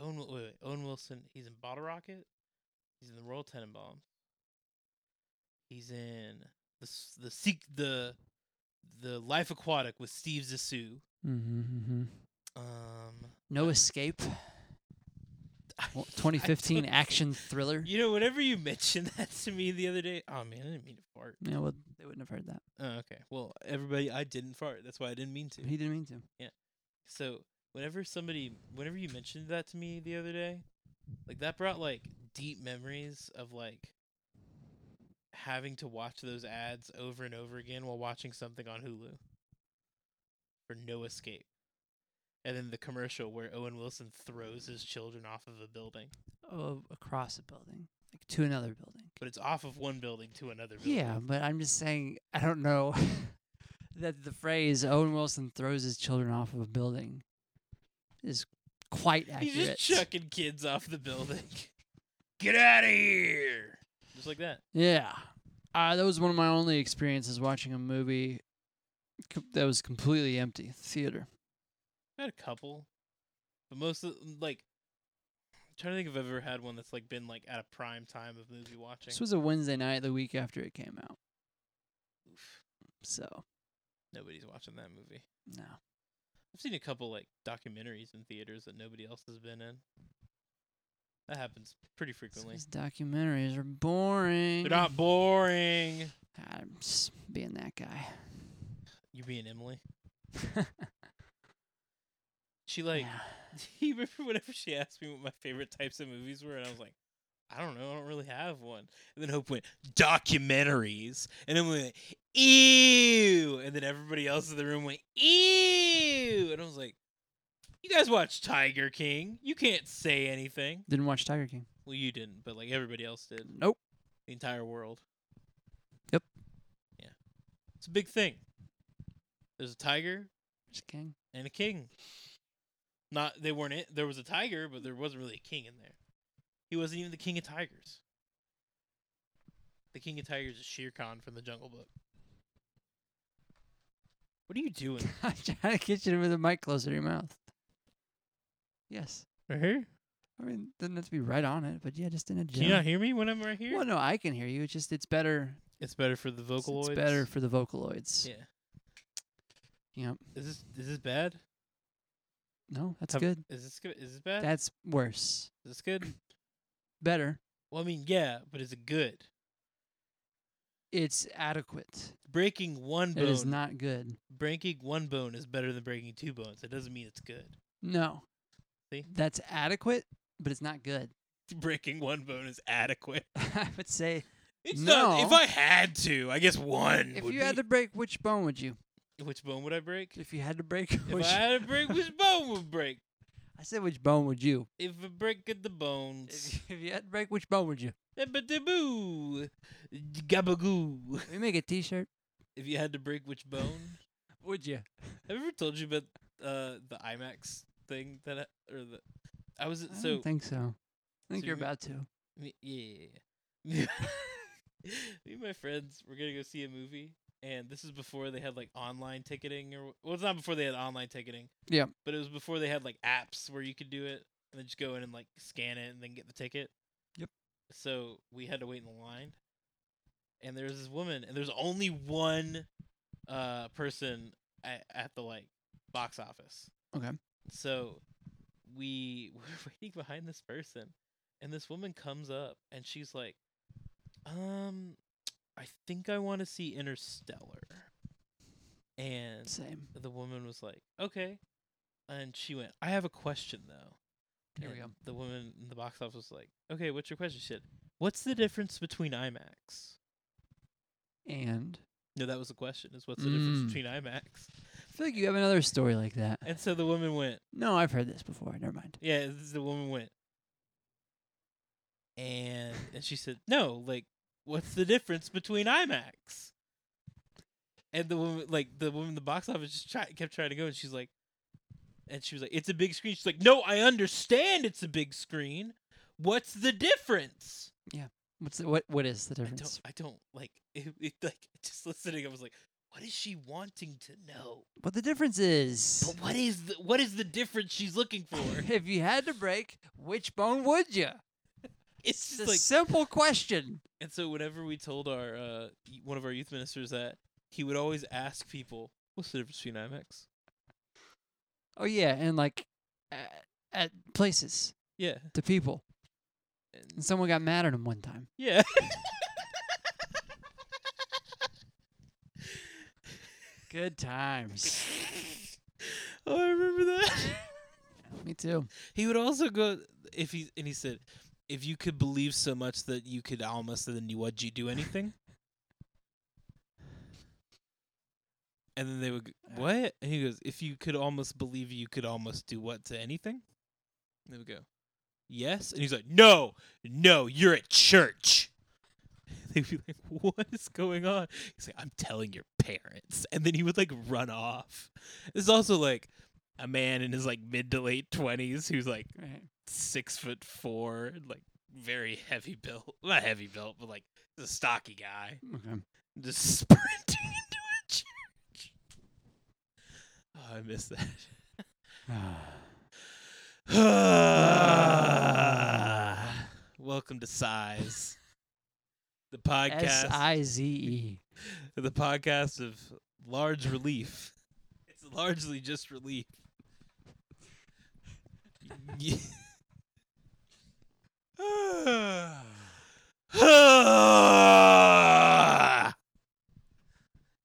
Speaker 2: Owen Wil- wait, wait, Owen Wilson. He's in Bottle Rocket. He's in the Royal Tenenbaums. He's in the s- the seek the the Life Aquatic with Steve Zissou.
Speaker 1: Mm-hmm, mm-hmm.
Speaker 2: Um,
Speaker 1: No Escape,
Speaker 2: I-
Speaker 1: wa-
Speaker 2: I
Speaker 1: 2015
Speaker 2: don't-
Speaker 1: action thriller.
Speaker 2: You know, whenever you mentioned that to me the other day, oh man, I didn't mean to fart.
Speaker 1: Yeah, well, they wouldn't have heard that.
Speaker 2: Oh, okay. Well, everybody, I didn't fart. That's why I didn't mean to.
Speaker 1: He didn't mean to.
Speaker 2: So whenever somebody, whenever you mentioned that to me the other day, like that brought like deep memories of like having to watch those ads over and over again while watching something on Hulu for no escape. And then the commercial where Owen Wilson throws his children off of a building,
Speaker 1: Oh, across a building, like to another building.
Speaker 2: but it's off of one building to another building.
Speaker 1: Yeah, but I'm just saying, I don't know that the phrase Owen Wilson throws his children off of a building is quite accurate.
Speaker 2: He's just chucking kids off the building. Get out of here! Just like that.
Speaker 1: Yeah. Uh, that was one of my only experiences watching a movie co- that was completely empty theater.
Speaker 2: I had a couple, but most of like I'm trying to think if I've ever had one that's like been like at a prime time of movie watching.
Speaker 1: This was a Wednesday night the week after it came out.
Speaker 2: Oof,
Speaker 1: So,
Speaker 2: nobody's watching that movie.
Speaker 1: no.
Speaker 2: I've seen a couple like documentaries in theaters that nobody else has been in. That happens pretty
Speaker 1: So
Speaker 2: frequently.
Speaker 1: These documentaries are boring.
Speaker 2: They're not boring.
Speaker 1: God, I'm just being that guy.
Speaker 2: You being Emily, she like
Speaker 1: Yeah.
Speaker 2: you remember whenever she asked me what my favorite types of movies were, and I was like, I don't know, I don't really have one. And then Hope went, documentaries. And then we went, ew. And then everybody else in the room went, ew. And I was like, you guys watch Tiger King. You can't say anything.
Speaker 1: Didn't watch Tiger King.
Speaker 2: Well, you didn't, but like everybody else did.
Speaker 1: Nope.
Speaker 2: The entire world.
Speaker 1: Yep.
Speaker 2: Yeah. It's a big thing. There's a tiger,
Speaker 1: Just King.
Speaker 2: and a king. Not they weren't it. There was a tiger, but there wasn't really a king in there. He wasn't even the king of tigers. The king of tigers is Shere Khan from the Jungle Book. What are you doing?
Speaker 1: I'm trying to get you to move the mic closer to your mouth. Yes.
Speaker 2: Right here?
Speaker 1: I mean, doesn't have to be right on it, but yeah, just in a
Speaker 2: Can you not hear me when I'm right here?
Speaker 1: Well, no, I can hear you. It's just it's better.
Speaker 2: It's better for the
Speaker 1: it's-
Speaker 2: vocaloids.
Speaker 1: It's better for the vocaloids.
Speaker 2: Yeah.
Speaker 1: Yep.
Speaker 2: Is this is this bad?
Speaker 1: No, that's
Speaker 2: Have-
Speaker 1: good.
Speaker 2: Is this good? Is this bad?
Speaker 1: That's worse.
Speaker 2: Is this good?
Speaker 1: Better.
Speaker 2: Well, I mean, yeah, but is it good?
Speaker 1: It's adequate.
Speaker 2: Breaking one
Speaker 1: It is
Speaker 2: bone,
Speaker 1: not good.
Speaker 2: breaking one bone is better than breaking two bones. It doesn't mean it's good.
Speaker 1: No.
Speaker 2: See?
Speaker 1: That's adequate, but it's not good.
Speaker 2: Breaking one bone is adequate.
Speaker 1: I would say
Speaker 2: It's not. If
Speaker 1: No.
Speaker 2: I had to, I guess one.
Speaker 1: if
Speaker 2: would
Speaker 1: you had
Speaker 2: be-
Speaker 1: to break which bone would you?
Speaker 2: which bone would I break?
Speaker 1: If you had to break
Speaker 2: If
Speaker 1: which
Speaker 2: I had to break, which bone would break?
Speaker 1: I said which bone would you?
Speaker 2: If I break the bones,
Speaker 1: If, if you had to break which bone would you?
Speaker 2: boo, gabagoo.
Speaker 1: Can we make a t shirt?
Speaker 2: If you had to break which bone?
Speaker 1: Would you?
Speaker 2: Have I ever told you about uh the IMAX thing that I, or the I was
Speaker 1: I
Speaker 2: so
Speaker 1: don't think so. I think
Speaker 2: so
Speaker 1: you're
Speaker 2: you-
Speaker 1: about to.
Speaker 2: me- yeah. yeah, yeah. Me and my friends were gonna go see a movie, and this is before they had like online ticketing, or well, it's not before they had online ticketing.
Speaker 1: Yeah.
Speaker 2: But it was before they had like apps where you could do it and then just go in and like scan it and then get the ticket.
Speaker 1: Yep.
Speaker 2: So we had to wait in the line, and there was this woman, and there's only one uh person at, at the like box office.
Speaker 1: Okay.
Speaker 2: So we were waiting behind this person, and this woman comes up and she's like, "Um, I think I want to see Interstellar." And
Speaker 1: Same.
Speaker 2: the woman was like, "Okay," and she went, "I have a question though."
Speaker 1: Here we go.
Speaker 2: And The woman in the box office was like, "Okay, what's your question?" She said, "What's the difference between IMAX?"
Speaker 1: And
Speaker 2: No, that was the question. Is what's the difference
Speaker 1: Mm.
Speaker 2: between IMAX?
Speaker 1: I feel like you have another story like that.
Speaker 2: And so the woman went,
Speaker 1: No, I've heard this before. Never mind.
Speaker 2: Yeah, this is the woman went. And and she said, "No, like what's the difference between IMAX?" And the woman like the woman in the box office just try, kept trying to go and she's like and she was like, "It's a big screen." She's like, "No, I understand it's a big screen. What's the difference?"
Speaker 1: What's the, what? What is the
Speaker 2: I don't
Speaker 1: difference?
Speaker 2: I don't like it, it like just listening I was like, "What is she wanting to know?"
Speaker 1: What the difference is?
Speaker 2: But what is the what is the difference she's looking for?
Speaker 1: if you had to break, which bone would you? It's
Speaker 2: It's just
Speaker 1: a
Speaker 2: like
Speaker 1: simple question.
Speaker 2: And so whenever we told our uh, y- one of our youth ministers that, he would always ask people, "What's the difference between IMAX?"
Speaker 1: Oh yeah, and like at, at places
Speaker 2: Yeah,
Speaker 1: to people, and
Speaker 2: and
Speaker 1: someone got mad at him one time.
Speaker 2: yeah.
Speaker 1: Good times.
Speaker 2: oh, I remember that.
Speaker 1: Me too.
Speaker 2: he would also go if he and he said, "If you could believe so much that you could almost, then you would you do anything?" And then they would, g- what? And he goes, if you could almost believe you could almost do what to anything? And they would go, yes. And he's like, no, no, you're at church. They'd be like, what is going on? He's like, I'm telling your parents. And then he would like run off. This is also like a man in his like mid to late 20s who's like
Speaker 1: Right.
Speaker 2: six foot four, and, like very heavy built. Not heavy built, but like he's a stocky guy
Speaker 1: Okay.
Speaker 2: just sprinting into a church. Oh, I miss that. Welcome to Size, the
Speaker 1: S
Speaker 2: podcast,
Speaker 1: I Z E.
Speaker 2: the podcast of large relief. It's largely just relief. Ye-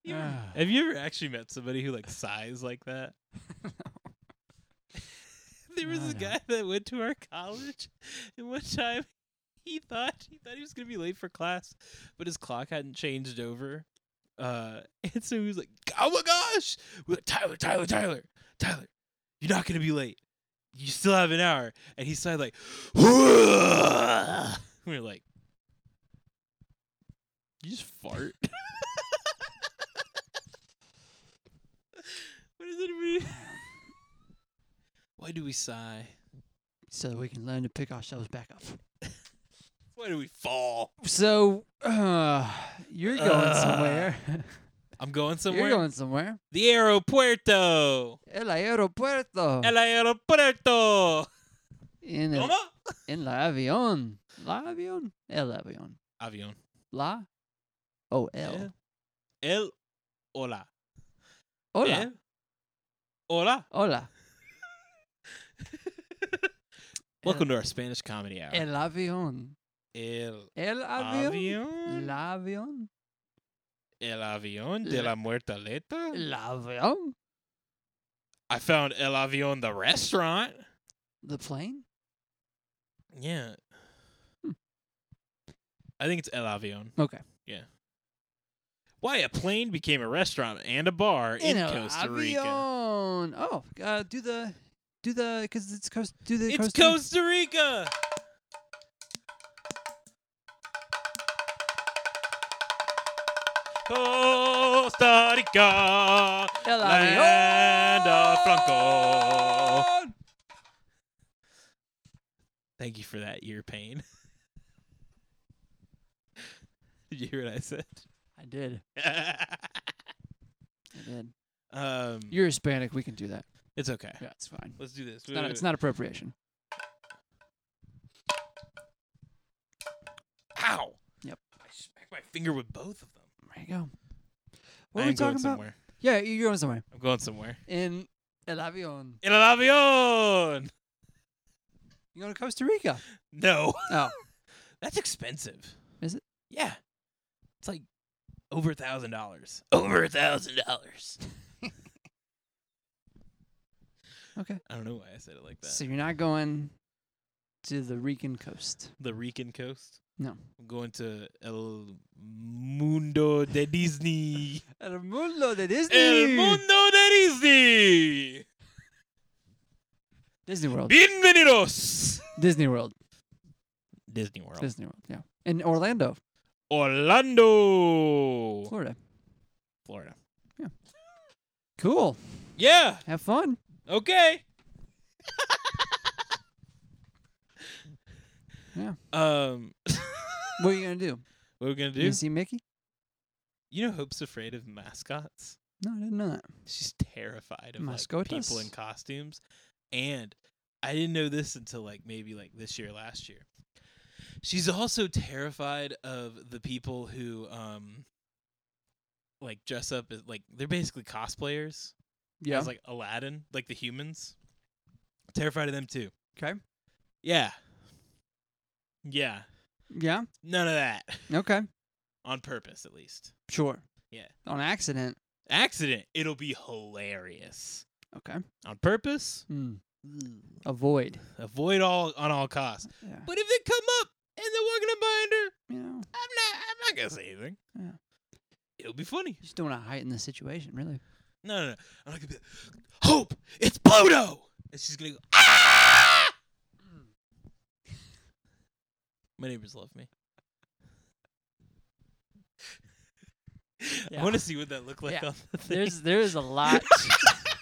Speaker 2: You ever-
Speaker 1: Ah.
Speaker 2: Have you ever actually met somebody who like sighs like that? there was
Speaker 1: No,
Speaker 2: a
Speaker 1: no.
Speaker 2: guy that went to our college, and one time he thought he thought he was gonna be late for class, but his clock hadn't changed over, uh, and so he was like, "Oh my gosh, We're like, Tyler, Tyler, Tyler, Tyler, you're not gonna be late. You still have an hour." And he sighed like, we were like, "You just fart." what does anybody? Why do we sigh?
Speaker 1: So we can learn to pick ourselves back up.
Speaker 2: Why do we fall?
Speaker 1: So uh, you're going
Speaker 2: Uh,
Speaker 1: somewhere.
Speaker 2: I'm going somewhere.
Speaker 1: You're going somewhere.
Speaker 2: the aeropuerto.
Speaker 1: El aeropuerto.
Speaker 2: El aeropuerto.
Speaker 1: in el,
Speaker 2: ¿Cómo?
Speaker 1: en la avión. La avión. El avión.
Speaker 2: Avión.
Speaker 1: La. O L.
Speaker 2: Yeah. El. Hola.
Speaker 1: Hola.
Speaker 2: El. Hola.
Speaker 1: Hola.
Speaker 2: Welcome to our Spanish comedy hour.
Speaker 1: El avión.
Speaker 2: El
Speaker 1: El avión.
Speaker 2: avión.
Speaker 1: La avión.
Speaker 2: El avión de
Speaker 1: La-
Speaker 2: la muertaleta.
Speaker 1: La avión.
Speaker 2: I found El avión the restaurant.
Speaker 1: The plane.
Speaker 2: Yeah.
Speaker 1: Hmm.
Speaker 2: I think it's El Avion.
Speaker 1: Okay.
Speaker 2: Why a plane became a restaurant and a bar in,
Speaker 1: El
Speaker 2: Costa Rica.
Speaker 1: Avión. Oh, uh, do the, do the, because it's coast. Do the.
Speaker 2: It's
Speaker 1: Costa-
Speaker 2: Costa Rica. Costa Rica.
Speaker 1: El
Speaker 2: Land of
Speaker 1: avión.
Speaker 2: Franco. Thank you for that ear pain. Did you hear what
Speaker 1: I
Speaker 2: I
Speaker 1: did.
Speaker 2: said?
Speaker 1: I did.
Speaker 2: um,
Speaker 1: You're Hispanic. We can do that.
Speaker 2: it's okay.
Speaker 1: Yeah, it's fine.
Speaker 2: Let's do this.
Speaker 1: It's not, it's not appropriation.
Speaker 2: Ow.
Speaker 1: Yep.
Speaker 2: I smacked my finger with both of them.
Speaker 1: There you go. What are we
Speaker 2: I am going
Speaker 1: talking about?
Speaker 2: somewhere.
Speaker 1: Yeah, you're going somewhere.
Speaker 2: I'm going somewhere.
Speaker 1: In El Avión.
Speaker 2: In an avion.
Speaker 1: You're going to Costa Rica.
Speaker 2: No.
Speaker 1: Oh.
Speaker 2: That's expensive.
Speaker 1: Is it?
Speaker 2: Yeah. It's like over a thousand dollars. Over a thousand dollars.
Speaker 1: Okay.
Speaker 2: I don't know why I said it like that.
Speaker 1: So you're not going to the Rican coast.
Speaker 2: the Rican coast.
Speaker 1: No.
Speaker 2: I'm going to El Mundo de Disney.
Speaker 1: El mundo de Disney.
Speaker 2: El Mundo de Disney.
Speaker 1: Disney World.
Speaker 2: Bienvenidos.
Speaker 1: Disney World.
Speaker 2: Disney World.
Speaker 1: Disney World. Yeah. In Orlando,
Speaker 2: Orlando,
Speaker 1: Florida.
Speaker 2: Florida.
Speaker 1: Cool.
Speaker 2: Yeah.
Speaker 1: Have fun.
Speaker 2: Okay.
Speaker 1: Yeah.
Speaker 2: Um,
Speaker 1: What are you going to do?
Speaker 2: what are we gonna
Speaker 1: You
Speaker 2: do?
Speaker 1: gonna see Mickey?
Speaker 2: You know, Hope's afraid of mascots.
Speaker 1: No, I didn't know that.
Speaker 2: She's terrified of like, people
Speaker 1: Mascotas?
Speaker 2: in costumes. And I didn't know this until like maybe like this year, last year. She's also terrified of the people who um like dress up as like they're basically cosplayers.
Speaker 1: Yeah.
Speaker 2: as like Aladdin, like the humans. Terrified of them too.
Speaker 1: okay.
Speaker 2: Yeah. Yeah.
Speaker 1: Yeah.
Speaker 2: None of that.
Speaker 1: Okay.
Speaker 2: On purpose at least.
Speaker 1: Sure.
Speaker 2: Yeah.
Speaker 1: On accident.
Speaker 2: Accident. It'll be hilarious.
Speaker 1: Okay.
Speaker 2: On purpose?
Speaker 1: Hmm. Avoid.
Speaker 2: Avoid all on all costs.
Speaker 1: Yeah.
Speaker 2: But if they come up and they're walking a binder,
Speaker 1: You know,
Speaker 2: I'm not I'm not gonna say anything.
Speaker 1: Yeah.
Speaker 2: It'll be funny.
Speaker 1: you just don't want to heighten the situation, really.
Speaker 2: No, no, no. I'm not gonna be like, Hope, it's Pluto and she's gonna go ah! My neighbors love me.
Speaker 1: Yeah.
Speaker 2: I want to see what that looked like
Speaker 1: Yeah.
Speaker 2: on the thing.
Speaker 1: There's there's a lot.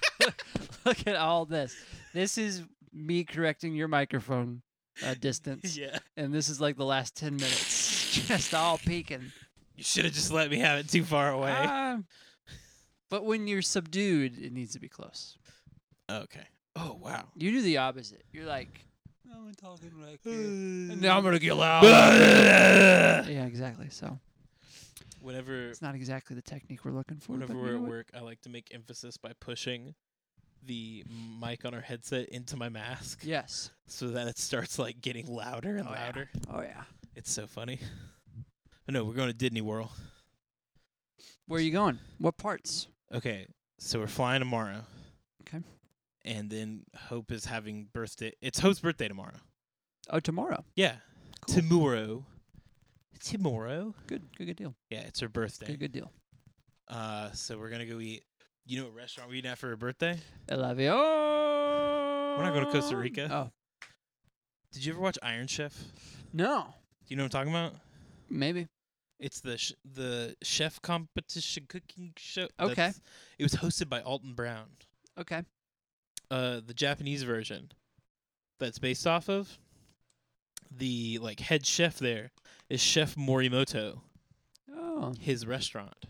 Speaker 1: Look at all this. This is me correcting your microphone uh, distance,
Speaker 2: yeah.
Speaker 1: and this is like the last ten minutes, just all peeking.
Speaker 2: You should have just let me have it too far away.
Speaker 1: Ah. but when you're subdued, it needs to be close.
Speaker 2: okay. Oh wow.
Speaker 1: You do the opposite. You're like, I'm talking like this. And now I'm gonna get loud.
Speaker 2: Whenever
Speaker 1: yeah, exactly. So it's not exactly the technique we're looking for.
Speaker 2: whenever
Speaker 1: but you
Speaker 2: we're
Speaker 1: know
Speaker 2: at
Speaker 1: what?
Speaker 2: work, I like to make emphasis by pushing the mic on our headset into my mask
Speaker 1: Yes.
Speaker 2: so that it starts like getting louder and
Speaker 1: Oh, yeah.
Speaker 2: louder.
Speaker 1: Oh yeah.
Speaker 2: It's so funny. But no, we're going to Disney World.
Speaker 1: Where are you going? What parts?
Speaker 2: Okay, so we're flying tomorrow.
Speaker 1: Okay.
Speaker 2: And then Hope is having birthday. It's Hope's birthday tomorrow.
Speaker 1: Oh, tomorrow.
Speaker 2: Yeah.
Speaker 1: Cool.
Speaker 2: Tomorrow. Tomorrow.
Speaker 1: Good. Good. Good deal.
Speaker 2: Yeah, it's her birthday.
Speaker 1: Good. Good deal.
Speaker 2: Uh, so we're gonna go eat. You know what restaurant we're eating at for her birthday?
Speaker 1: El avión. We're
Speaker 2: not going to Costa Rica.
Speaker 1: Oh
Speaker 2: Did you ever watch Iron Chef? Do
Speaker 1: no,
Speaker 2: you know what I'm talking about?
Speaker 1: maybe.
Speaker 2: It's the sh- the chef competition cooking show.
Speaker 1: Okay.
Speaker 2: that's- It was hosted by Alton Brown.
Speaker 1: Okay.
Speaker 2: Uh, the Japanese version that's based off of the like head chef there is Chef Morimoto.
Speaker 1: Oh,
Speaker 2: His restaurant.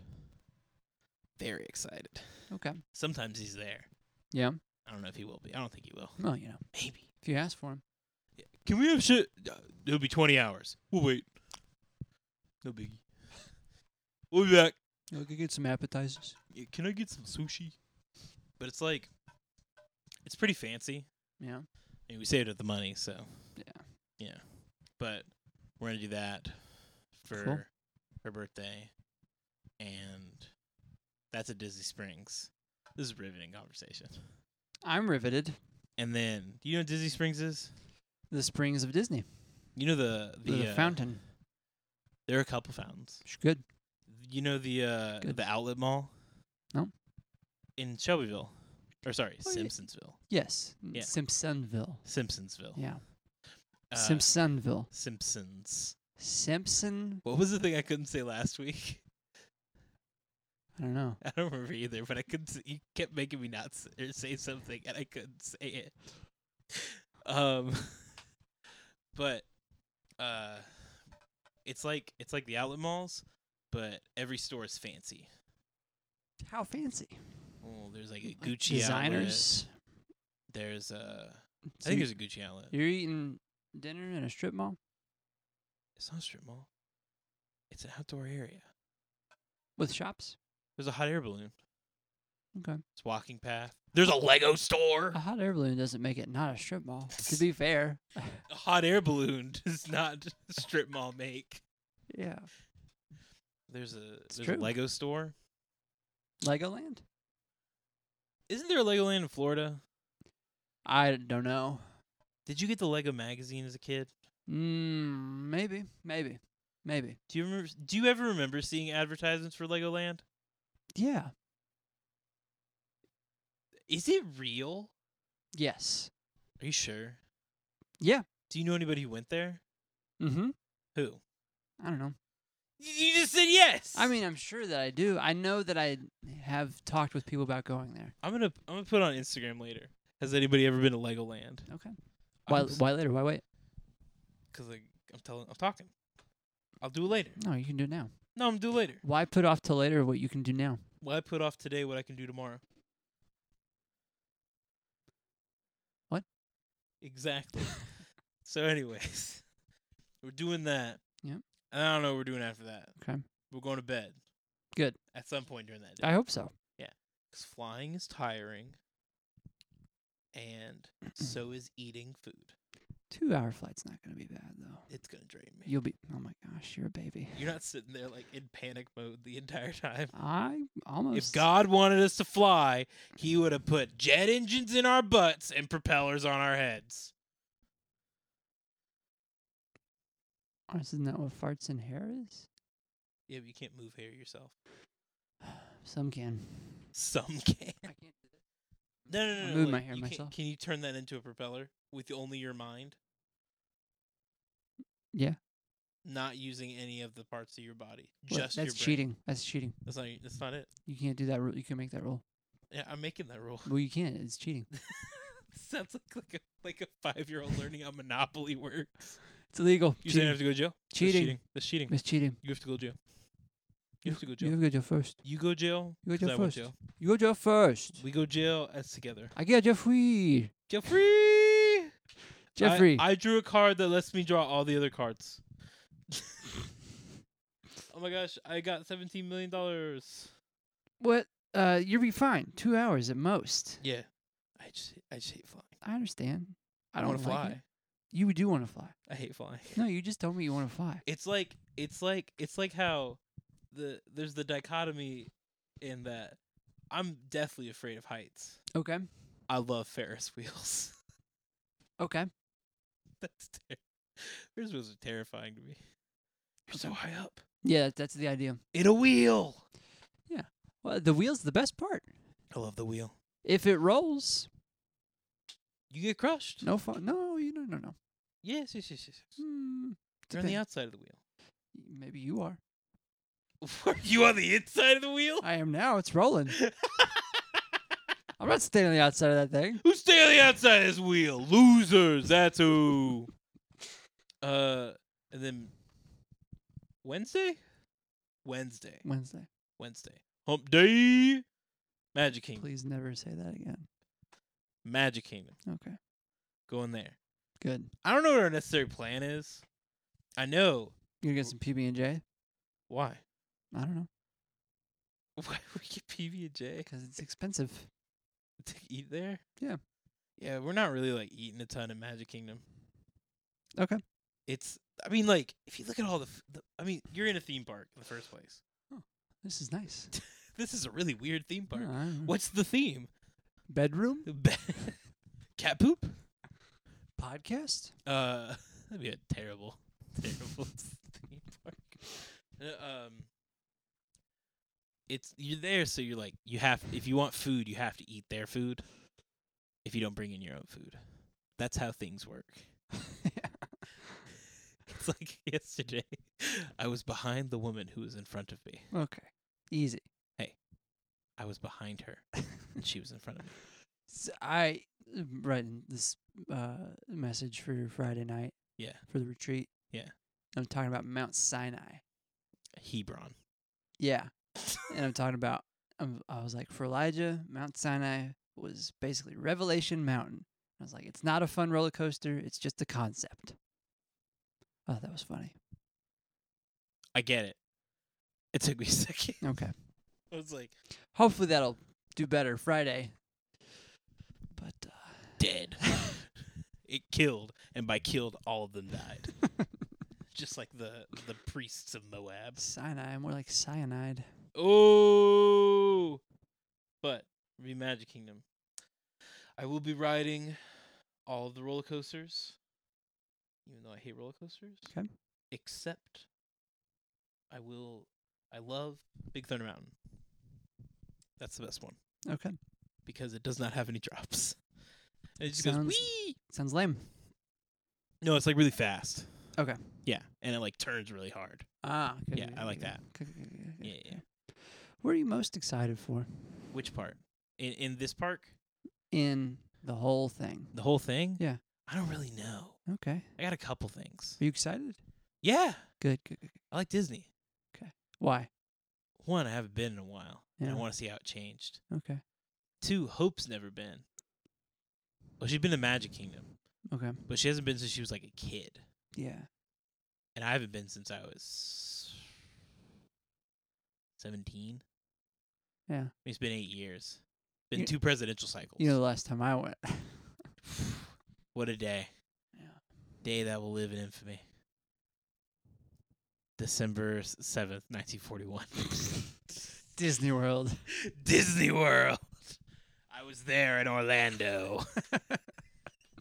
Speaker 2: Very excited.
Speaker 1: okay.
Speaker 2: Sometimes he's there.
Speaker 1: Yeah.
Speaker 2: I don't know if he will be. I don't think he will.
Speaker 1: Well, you know,
Speaker 2: Maybe.
Speaker 1: if you ask for him,
Speaker 2: Can we have shit? Uh, It'll be 20 hours. We'll wait. No biggie. We'll be back.
Speaker 1: you could get some appetizers.
Speaker 2: Yeah, Can I get some sushi? But it's like, it's pretty fancy.
Speaker 1: Yeah.
Speaker 2: I mean, we saved up the money, so
Speaker 1: Yeah.
Speaker 2: yeah. But we're gonna do that for
Speaker 1: Cool.
Speaker 2: her birthday, and that's at Disney Springs. This is riveting conversation.
Speaker 1: I'm riveted.
Speaker 2: And then, do you know what Disney Springs is?
Speaker 1: The Springs of Disney.
Speaker 2: You know the
Speaker 1: The,
Speaker 2: the, uh,
Speaker 1: fountain.
Speaker 2: There are a couple fountains.
Speaker 1: It's good.
Speaker 2: You know the uh,
Speaker 1: Good.
Speaker 2: the outlet mall.
Speaker 1: No.
Speaker 2: In Shelbyville, or sorry,
Speaker 1: Oh, yeah.
Speaker 2: Simpsonsville.
Speaker 1: Yes. n-
Speaker 2: Yeah.
Speaker 1: Simpsonville.
Speaker 2: Simpsonsville.
Speaker 1: Yeah.
Speaker 2: Uh,
Speaker 1: Simpsonville.
Speaker 2: Simpsons.
Speaker 1: Simpson.
Speaker 2: What was the thing I couldn't say last week?
Speaker 1: I don't know.
Speaker 2: I don't remember either, but I couldn't. s- You kept making me not s- or say something, and I couldn't say it. Um, but uh, it's like it's like the outlet malls, but every store is fancy.
Speaker 1: How fancy.
Speaker 2: Oh, there's like a
Speaker 1: Like
Speaker 2: Gucci outlet.
Speaker 1: designers.
Speaker 2: There's a I
Speaker 1: So
Speaker 2: think
Speaker 1: you-
Speaker 2: there's a Gucci outlet.
Speaker 1: you're eating dinner in a strip mall.
Speaker 2: It's not a strip mall. It's an outdoor area.
Speaker 1: With shops?
Speaker 2: There's a hot air balloon.
Speaker 1: Okay.
Speaker 2: It's a walking path. There's a Lego store.
Speaker 1: A hot air balloon doesn't make it not a strip mall. to be fair.
Speaker 2: A hot air balloon does not strip mall make.
Speaker 1: yeah.
Speaker 2: There's a
Speaker 1: It's
Speaker 2: there's
Speaker 1: true.
Speaker 2: a Lego store.
Speaker 1: Legoland?
Speaker 2: Isn't there a Legoland in Florida?
Speaker 1: I don't know.
Speaker 2: Did you get the Lego magazine as a kid?
Speaker 1: Mm, maybe. Maybe. Maybe.
Speaker 2: Do you remember? Do you ever remember seeing advertisements for Legoland?
Speaker 1: Yeah.
Speaker 2: Is it real?
Speaker 1: Yes.
Speaker 2: Are you sure?
Speaker 1: Yeah.
Speaker 2: Do you know anybody who went there?
Speaker 1: Mm-hmm.
Speaker 2: Who?
Speaker 1: I don't know.
Speaker 2: Y- You just said yes.
Speaker 1: I mean, I'm sure that I do. I know that I have talked with people about going there.
Speaker 2: I'm gonna I'm gonna put on Instagram later. Has anybody ever been to Legoland?
Speaker 1: Okay. Why? Why later? Why wait?
Speaker 2: Because like, I'm telling, I'm talking. I'll do it later.
Speaker 1: No, you can do it now.
Speaker 2: No, I'm do it later.
Speaker 1: Why put off till later what you can do now?
Speaker 2: Why put off today what I can do tomorrow?
Speaker 1: What?
Speaker 2: Exactly. so, anyways, we're doing that.
Speaker 1: Yep.
Speaker 2: And I don't know what we're doing after that.
Speaker 1: Okay.
Speaker 2: We're going to bed.
Speaker 1: Good.
Speaker 2: At some point during that day.
Speaker 1: I hope so.
Speaker 2: Because flying is tiring, and so is eating food.
Speaker 1: Two-hour flight's not going to be bad though.
Speaker 2: It's going to drain me.
Speaker 1: You'll be. Oh my gosh, you're a baby.
Speaker 2: You're not sitting there like in panic mode the entire time.
Speaker 1: I almost.
Speaker 2: If God wanted us to fly, he would have put jet engines in our butts and propellers on our heads.
Speaker 1: isn't that what farts and hair is?
Speaker 2: Yeah, but you can't move hair yourself.
Speaker 1: Some can.
Speaker 2: Some can.
Speaker 1: I can't. do that.
Speaker 2: No, no, no.
Speaker 1: I
Speaker 2: no,
Speaker 1: move my
Speaker 2: like,
Speaker 1: hair
Speaker 2: you can't-
Speaker 1: myself.
Speaker 2: Can you turn that into a propeller with only your mind?
Speaker 1: Yeah.
Speaker 2: Not using any of the parts of your body.
Speaker 1: What?
Speaker 2: Just your
Speaker 1: that's
Speaker 2: brain.
Speaker 1: cheating. That's cheating.
Speaker 2: That's not. e, That's not it.
Speaker 1: You can't do that rule. You can make that rule.
Speaker 2: Yeah, I'm making that rule.
Speaker 1: Well, you can't. It's cheating.
Speaker 2: Sounds like like a like a five year old learning how Monopoly works.
Speaker 1: It's illegal.
Speaker 2: You
Speaker 1: Cheating.
Speaker 2: saying I have to go to jail? That's
Speaker 1: Cheating.
Speaker 2: cheating. That's cheating.
Speaker 1: It's cheating.
Speaker 2: You have to go to jail. You have to go to
Speaker 1: You
Speaker 2: jail.
Speaker 1: gotta go first.
Speaker 2: You go jail.
Speaker 1: You go
Speaker 2: 'cause I went
Speaker 1: first.
Speaker 2: jail.
Speaker 1: You go first.
Speaker 2: We go jail as together.
Speaker 1: I get Jeffrey.
Speaker 2: Jeffrey.
Speaker 1: Jeffrey.
Speaker 2: I, I drew a card that lets me draw all the other cards. oh my gosh, I got seventeen million dollars.
Speaker 1: What? Uh, you'll be fine. Two hours at most.
Speaker 2: Yeah. I just I just hate flying.
Speaker 1: I understand. I don't
Speaker 2: wanna
Speaker 1: like
Speaker 2: fly.
Speaker 1: it. You do want to fly.
Speaker 2: I hate flying.
Speaker 1: No, you just told me you want to fly.
Speaker 2: It's like it's like it's like how the there's the dichotomy in that I'm deathly afraid of heights.
Speaker 1: Okay.
Speaker 2: I love Ferris wheels.
Speaker 1: Okay.
Speaker 2: That's ter- Ferris wheels are terrifying to me. You're so high up.
Speaker 1: Yeah, that- that's the idea.
Speaker 2: In a wheel.
Speaker 1: Well, the wheel's the best part.
Speaker 2: I love the wheel.
Speaker 1: If it rolls,
Speaker 2: You get crushed.
Speaker 1: no fun. No, you no no no.
Speaker 2: Yes, yes, yes, yes. yes.
Speaker 1: Hmm.
Speaker 2: You're on the
Speaker 1: depend-
Speaker 2: outside of the wheel.
Speaker 1: Maybe you are.
Speaker 2: Were you on the inside of the wheel?
Speaker 1: I am now. It's rolling. I'm not staying on the outside of that thing.
Speaker 2: Who stay on the outside of this wheel? Losers, that's who. Uh, and then Wednesday, Wednesday,
Speaker 1: Wednesday.
Speaker 2: Wednesday, Hump Day, Magic Kingdom,
Speaker 1: Please never say that again.
Speaker 2: Magic Kingdom.
Speaker 1: Okay.
Speaker 2: Going there.
Speaker 1: Good.
Speaker 2: I don't know what our necessary plan is. I know
Speaker 1: You gonna get some PB and J?
Speaker 2: why.
Speaker 1: I don't know.
Speaker 2: Why we get PB and J
Speaker 1: Because it's expensive.
Speaker 2: to eat there?
Speaker 1: Yeah.
Speaker 2: yeah. We're not really like eating a ton in Magic Kingdom.
Speaker 1: Okay.
Speaker 2: It's I mean, like if you look at all the, f- the I mean, you're in a theme park in the first place.
Speaker 1: This is nice.
Speaker 2: This is a really weird theme park.
Speaker 1: Yeah, I don't know.
Speaker 2: What's the theme?
Speaker 1: bedroom
Speaker 2: Be- Cat poop?
Speaker 1: podcast?
Speaker 2: Uh, that'd be a terrible, terrible theme park. Uh, um, it's you're there, so you're like you have. If you want food, you have to eat their food. If you don't bring in your own food, that's how things work. It's like yesterday, I was behind the woman who was in front of me.
Speaker 1: Okay, easy.
Speaker 2: I was behind her, and she was in front of me.
Speaker 1: S I I read in this uh, message for Friday night
Speaker 2: Yeah,
Speaker 1: for the retreat.
Speaker 2: Yeah.
Speaker 1: I'm talking about Mount Sinai.
Speaker 2: Hebron.
Speaker 1: Yeah, and I'm talking about. I'm, I was like, for Elijah, Mount Sinai was basically Revelation Mountain. I was like, it's not a fun roller coaster. It's just a concept. Oh, that was funny.
Speaker 2: I get it. It took me a second.
Speaker 1: Okay.
Speaker 2: I was like,
Speaker 1: Hopefully that'll do better Friday. But uh,
Speaker 2: dead. it killed, and by killed, all of them died. Just like the the priests of
Speaker 1: uh,
Speaker 2: Moab.
Speaker 1: Sinai, more like cyanide.
Speaker 2: Oh, but the Magic Kingdom. I will be riding all of the roller coasters, even though I hate roller coasters.
Speaker 1: 'Kay.
Speaker 2: Except, I will. I love Big Thunder Mountain. That's the best one
Speaker 1: Okay.
Speaker 2: because it does not have any drops. It just goes
Speaker 1: Sounds-
Speaker 2: wee.
Speaker 1: Sounds lame.
Speaker 2: No, it's like really fast.
Speaker 1: Okay.
Speaker 2: Yeah, and it like turns really hard.
Speaker 1: Ah, okay,
Speaker 2: Yeah,
Speaker 1: okay,
Speaker 2: I like
Speaker 1: okay,
Speaker 2: that.
Speaker 1: okay, okay, okay, okay,
Speaker 2: Yeah, yeah.
Speaker 1: okay. What are you most excited for
Speaker 2: Which part? In in this park,
Speaker 1: in the whole thing?
Speaker 2: the whole thing?
Speaker 1: Yeah. Uh,
Speaker 2: I don't really know.
Speaker 1: Okay.
Speaker 2: I got a couple things.
Speaker 1: Are you excited?
Speaker 2: Yeah,
Speaker 1: Good. good, good, good.
Speaker 2: I like Disney.
Speaker 1: Why?
Speaker 2: One, I haven't been in a while, and I
Speaker 1: Yeah.
Speaker 2: want to see how it changed.
Speaker 1: Okay.
Speaker 2: Two, Hope's never been. Well, she's been to Magic Kingdom,
Speaker 1: Okay.
Speaker 2: but she hasn't been since she was like a kid,
Speaker 1: Yeah.
Speaker 2: and I haven't been since I was seventeen.
Speaker 1: Yeah.
Speaker 2: I mean, it's been eight years. Been
Speaker 1: You-
Speaker 2: two presidential cycles.
Speaker 1: You know, the last time I went.
Speaker 2: what a day.
Speaker 1: Yeah.
Speaker 2: Day that will live in infamy. December 7th, 1941.
Speaker 1: Disney World.
Speaker 2: Disney World. I was there in Orlando.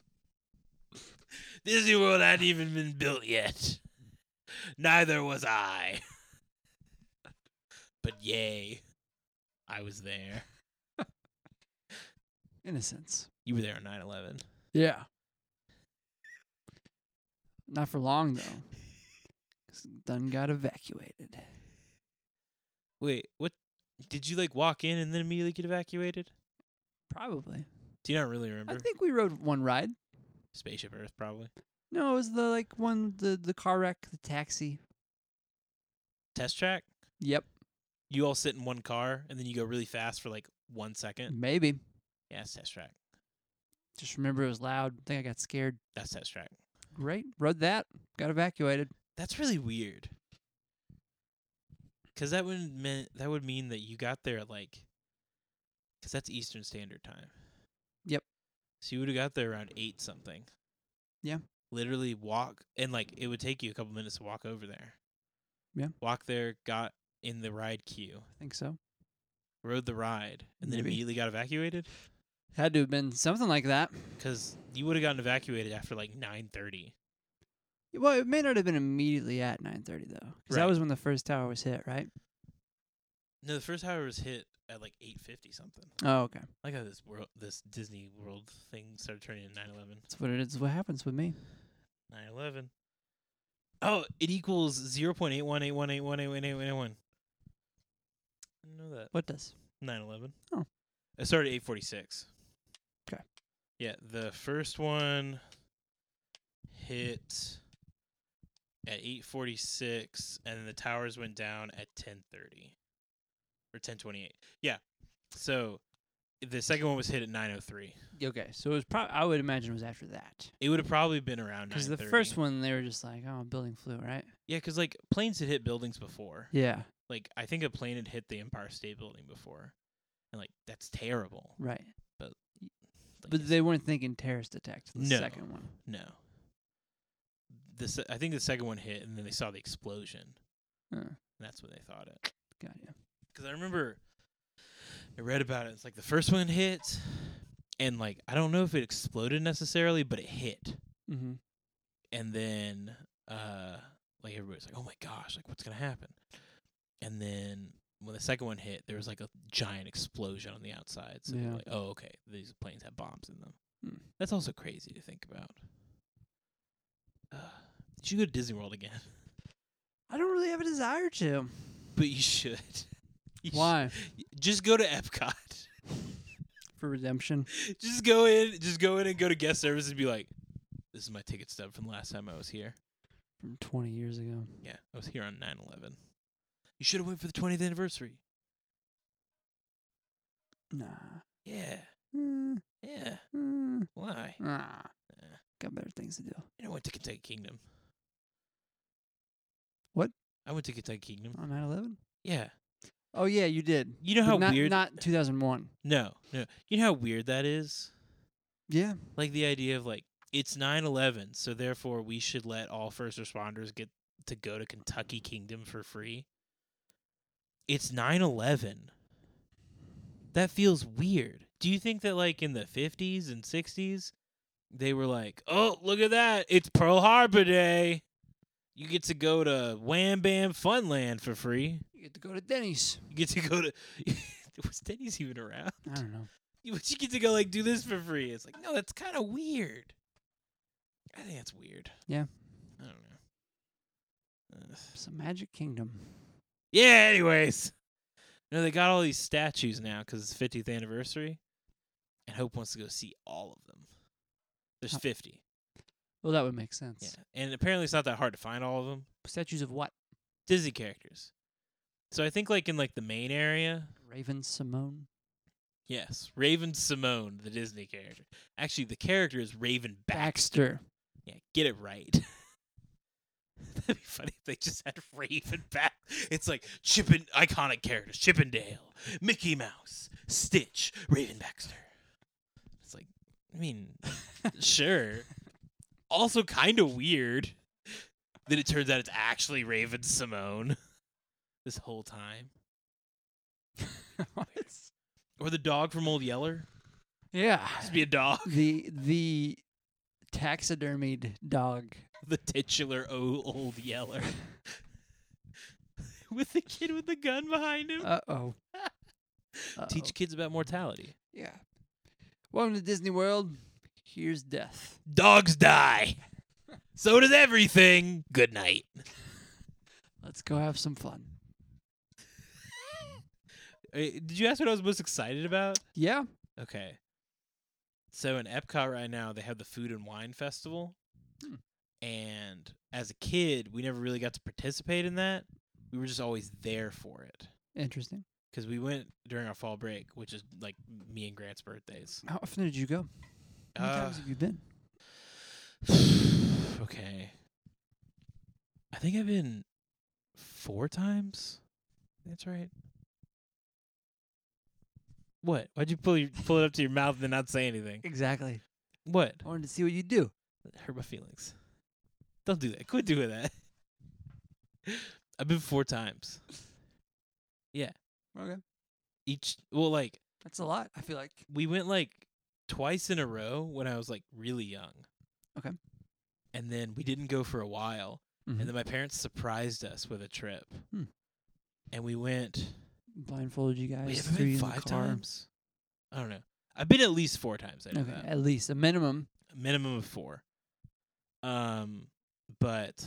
Speaker 2: Disney World hadn't even been built yet. Neither was I. But yay, I was there.
Speaker 1: Innocence.
Speaker 2: You were there on 9 11.
Speaker 1: Yeah. Not for long though. 'Cause Dunn got evacuated.
Speaker 2: Wait, what? Did you like walk in and then immediately get evacuated?
Speaker 1: Probably.
Speaker 2: Do you not really remember?
Speaker 1: I think we rode one ride.
Speaker 2: Spaceship Earth, probably.
Speaker 1: No, it was the like one the the car wreck, the taxi.
Speaker 2: Test track?
Speaker 1: Yep.
Speaker 2: You all sit in one car and then you go really fast for like one second.
Speaker 1: Maybe.
Speaker 2: Yeah, it's test track.
Speaker 1: Just remember it was loud. I think I got scared.
Speaker 2: That's test track.
Speaker 1: Great. Rode that. Got evacuated.
Speaker 2: That's really weird. Cause that would mean that would mean that you got there at like, cause that's Eastern Standard Time.
Speaker 1: Yep.
Speaker 2: So you would have got there around eight something.
Speaker 1: Yeah.
Speaker 2: Literally walk and like it would take you a couple minutes to walk over there.
Speaker 1: Yeah.
Speaker 2: Walk there, got in the ride queue,
Speaker 1: I think so.
Speaker 2: rode the ride, and then
Speaker 1: Maybe.
Speaker 2: immediately got evacuated.
Speaker 1: Had to have been something like that.
Speaker 2: because you would have gotten evacuated after like 9.30
Speaker 1: Well, it may not have been immediately at 9:30 though, 'cause
Speaker 2: Right.
Speaker 1: that was when the first tower was hit, right?
Speaker 2: no the first tower was hit at like 8.50 something
Speaker 1: Oh, okay.
Speaker 2: i got this world this disney world thing started turning into 9.11
Speaker 1: That's what it is. What happens with me?
Speaker 2: 9.11 oh it equals 0.8181818181 i didn't know that
Speaker 1: What does?
Speaker 2: 9.11
Speaker 1: Oh.
Speaker 2: it started at 8.46
Speaker 1: 'Kay.
Speaker 2: yeah the first one hit at 8:46 and the towers went down at 10:30 or 10:28. Yeah. So the second one was hit at 9:03.
Speaker 1: Okay, so it was probably I would imagine it was after that
Speaker 2: It would have probably been around
Speaker 1: because
Speaker 2: 9:30.
Speaker 1: the first one they were just like, oh, building flew, right?
Speaker 2: Yeah, cuz like planes had hit buildings before.
Speaker 1: Yeah,
Speaker 2: Like I think a plane had hit the Empire State Building before. And like that's terrible.
Speaker 1: right.
Speaker 2: Like,
Speaker 1: But they weren't thinking terrorist attack. The
Speaker 2: No.
Speaker 1: second one.
Speaker 2: no. the se- I think the second one hit, and then they saw the explosion, and
Speaker 1: Uh,
Speaker 2: that's when they thought it.
Speaker 1: got you.
Speaker 2: Because I remember I read about it. It's like the first one hit, and like I don't know if it exploded necessarily, but it hit,
Speaker 1: Mm-hmm.
Speaker 2: and then uh, like everybody's like, "Oh my gosh, like what's gonna happen?" And then when the second one hit, there was like a giant explosion on the outside. So they're
Speaker 1: Yeah.
Speaker 2: like, "Oh, okay, these planes have bombs in them."
Speaker 1: Mm.
Speaker 2: That's also crazy to think about. Uh, you should go to Disney World again,
Speaker 1: I don't really have a desire to.
Speaker 2: but you should. You should.
Speaker 1: Why?
Speaker 2: Just go to Epcot.
Speaker 1: For redemption.
Speaker 2: just go in, just go in and go to guest service and be like, "This is my ticket stub from last time I was here.
Speaker 1: From 20 years ago.
Speaker 2: Yeah, I was here on 9/11. You should have went for the 20th anniversary.
Speaker 1: Nah.
Speaker 2: Yeah,
Speaker 1: Mm,
Speaker 2: yeah.
Speaker 1: mm,
Speaker 2: Why?
Speaker 1: nah.
Speaker 2: Yeah.
Speaker 1: Got better things to do.
Speaker 2: You know, I went to Kentucky Kingdom.
Speaker 1: What?
Speaker 2: I went to Kentucky Kingdom.
Speaker 1: On 9 11?
Speaker 2: Yeah.
Speaker 1: Oh, yeah, you did.
Speaker 2: You know
Speaker 1: But
Speaker 2: how
Speaker 1: not,
Speaker 2: weird?
Speaker 1: Not 2001.
Speaker 2: no, no. You know how weird that is.
Speaker 1: Yeah.
Speaker 2: Like the idea of like it's 9/11, so therefore we should let all first responders get to go to Kentucky Kingdom for free. It's 9/11. That feels weird. Do you think that like in the 50s and 60s they were like, "Oh, look at that. It's Pearl Harbor Day. You get to go to Wham Bam Funland for free.
Speaker 1: You get to go to Denny's.
Speaker 2: You get to go to Was Denny's even around?
Speaker 1: I don't know.
Speaker 2: you- but you get to go like do this for free. It's like, no, that's kind of weird. I think that's weird.
Speaker 1: Yeah.
Speaker 2: I don't know. Ugh.
Speaker 1: It's a magic kingdom.
Speaker 2: yeah. Anyways, no, they got all these statues now because it's 50th anniversary, and Hope wants to go see all of them. There's
Speaker 1: Huh.
Speaker 2: 50.
Speaker 1: Well, that would make sense.
Speaker 2: Yeah, and apparently it's not that hard to find all of them.
Speaker 1: Statues of what?
Speaker 2: Disney characters. So I think like in like the main area,
Speaker 1: Raven Simone.
Speaker 2: yes, Raven Simone, the Disney character. Actually, the character is Raven Baxter.
Speaker 1: Baxter.
Speaker 2: Yeah, get it right. That'd be funny if they just had Raven back. It's like Chippin iconic characters, Chippendale, Mickey Mouse, Stitch, Raven Baxter. It's like I mean, sure. Also kinda weird. Then it turns out it's actually Raven Simone this whole time.
Speaker 1: What?
Speaker 2: Or the dog from Old Yeller.
Speaker 1: yeah.
Speaker 2: Just be a dog.
Speaker 1: The the taxidermied dog.
Speaker 2: the titular o- old yeller with the kid with the gun behind him
Speaker 1: Uh oh.
Speaker 2: teach kids about mortality
Speaker 1: Yeah. Welcome to Disney World. Here's death.
Speaker 2: dogs die so does everything good night
Speaker 1: Let's go have some fun.
Speaker 2: Uh, did you ask what i was most excited about
Speaker 1: Yeah.
Speaker 2: okay so in epcot right now they have the food and wine festival
Speaker 1: Hmm.
Speaker 2: and as a kid we never really got to participate in that we were just always there for it
Speaker 1: Interesting.
Speaker 2: because we went during our fall break which is like me and grant's birthdays
Speaker 1: How often did you go? How many times
Speaker 2: Uh,
Speaker 1: have you been?
Speaker 2: okay. I think I've been four times. That's right. What? Why'd you pull your pull it up to your mouth and then not say anything?
Speaker 1: Exactly.
Speaker 2: What?
Speaker 1: I wanted to see what you do.
Speaker 2: That hurt my feelings. Don't do that. Quit doing that. I've been four times.
Speaker 1: Okay.
Speaker 2: Each well, like
Speaker 1: That's a lot. I feel like.
Speaker 2: we went like twice in a row when I was like really young.
Speaker 1: Okay.
Speaker 2: And then we didn't go for a while.
Speaker 1: Mhm.
Speaker 2: And then my parents surprised us with a trip.
Speaker 1: Hmm.
Speaker 2: And we went
Speaker 1: blindfolded you guys.
Speaker 2: Wait, have I
Speaker 1: threw you
Speaker 2: been
Speaker 1: in the
Speaker 2: five
Speaker 1: car.
Speaker 2: times? I don't know. I've been at least four times, I know
Speaker 1: Okay,
Speaker 2: that.
Speaker 1: at least a minimum.
Speaker 2: A minimum of four. Um but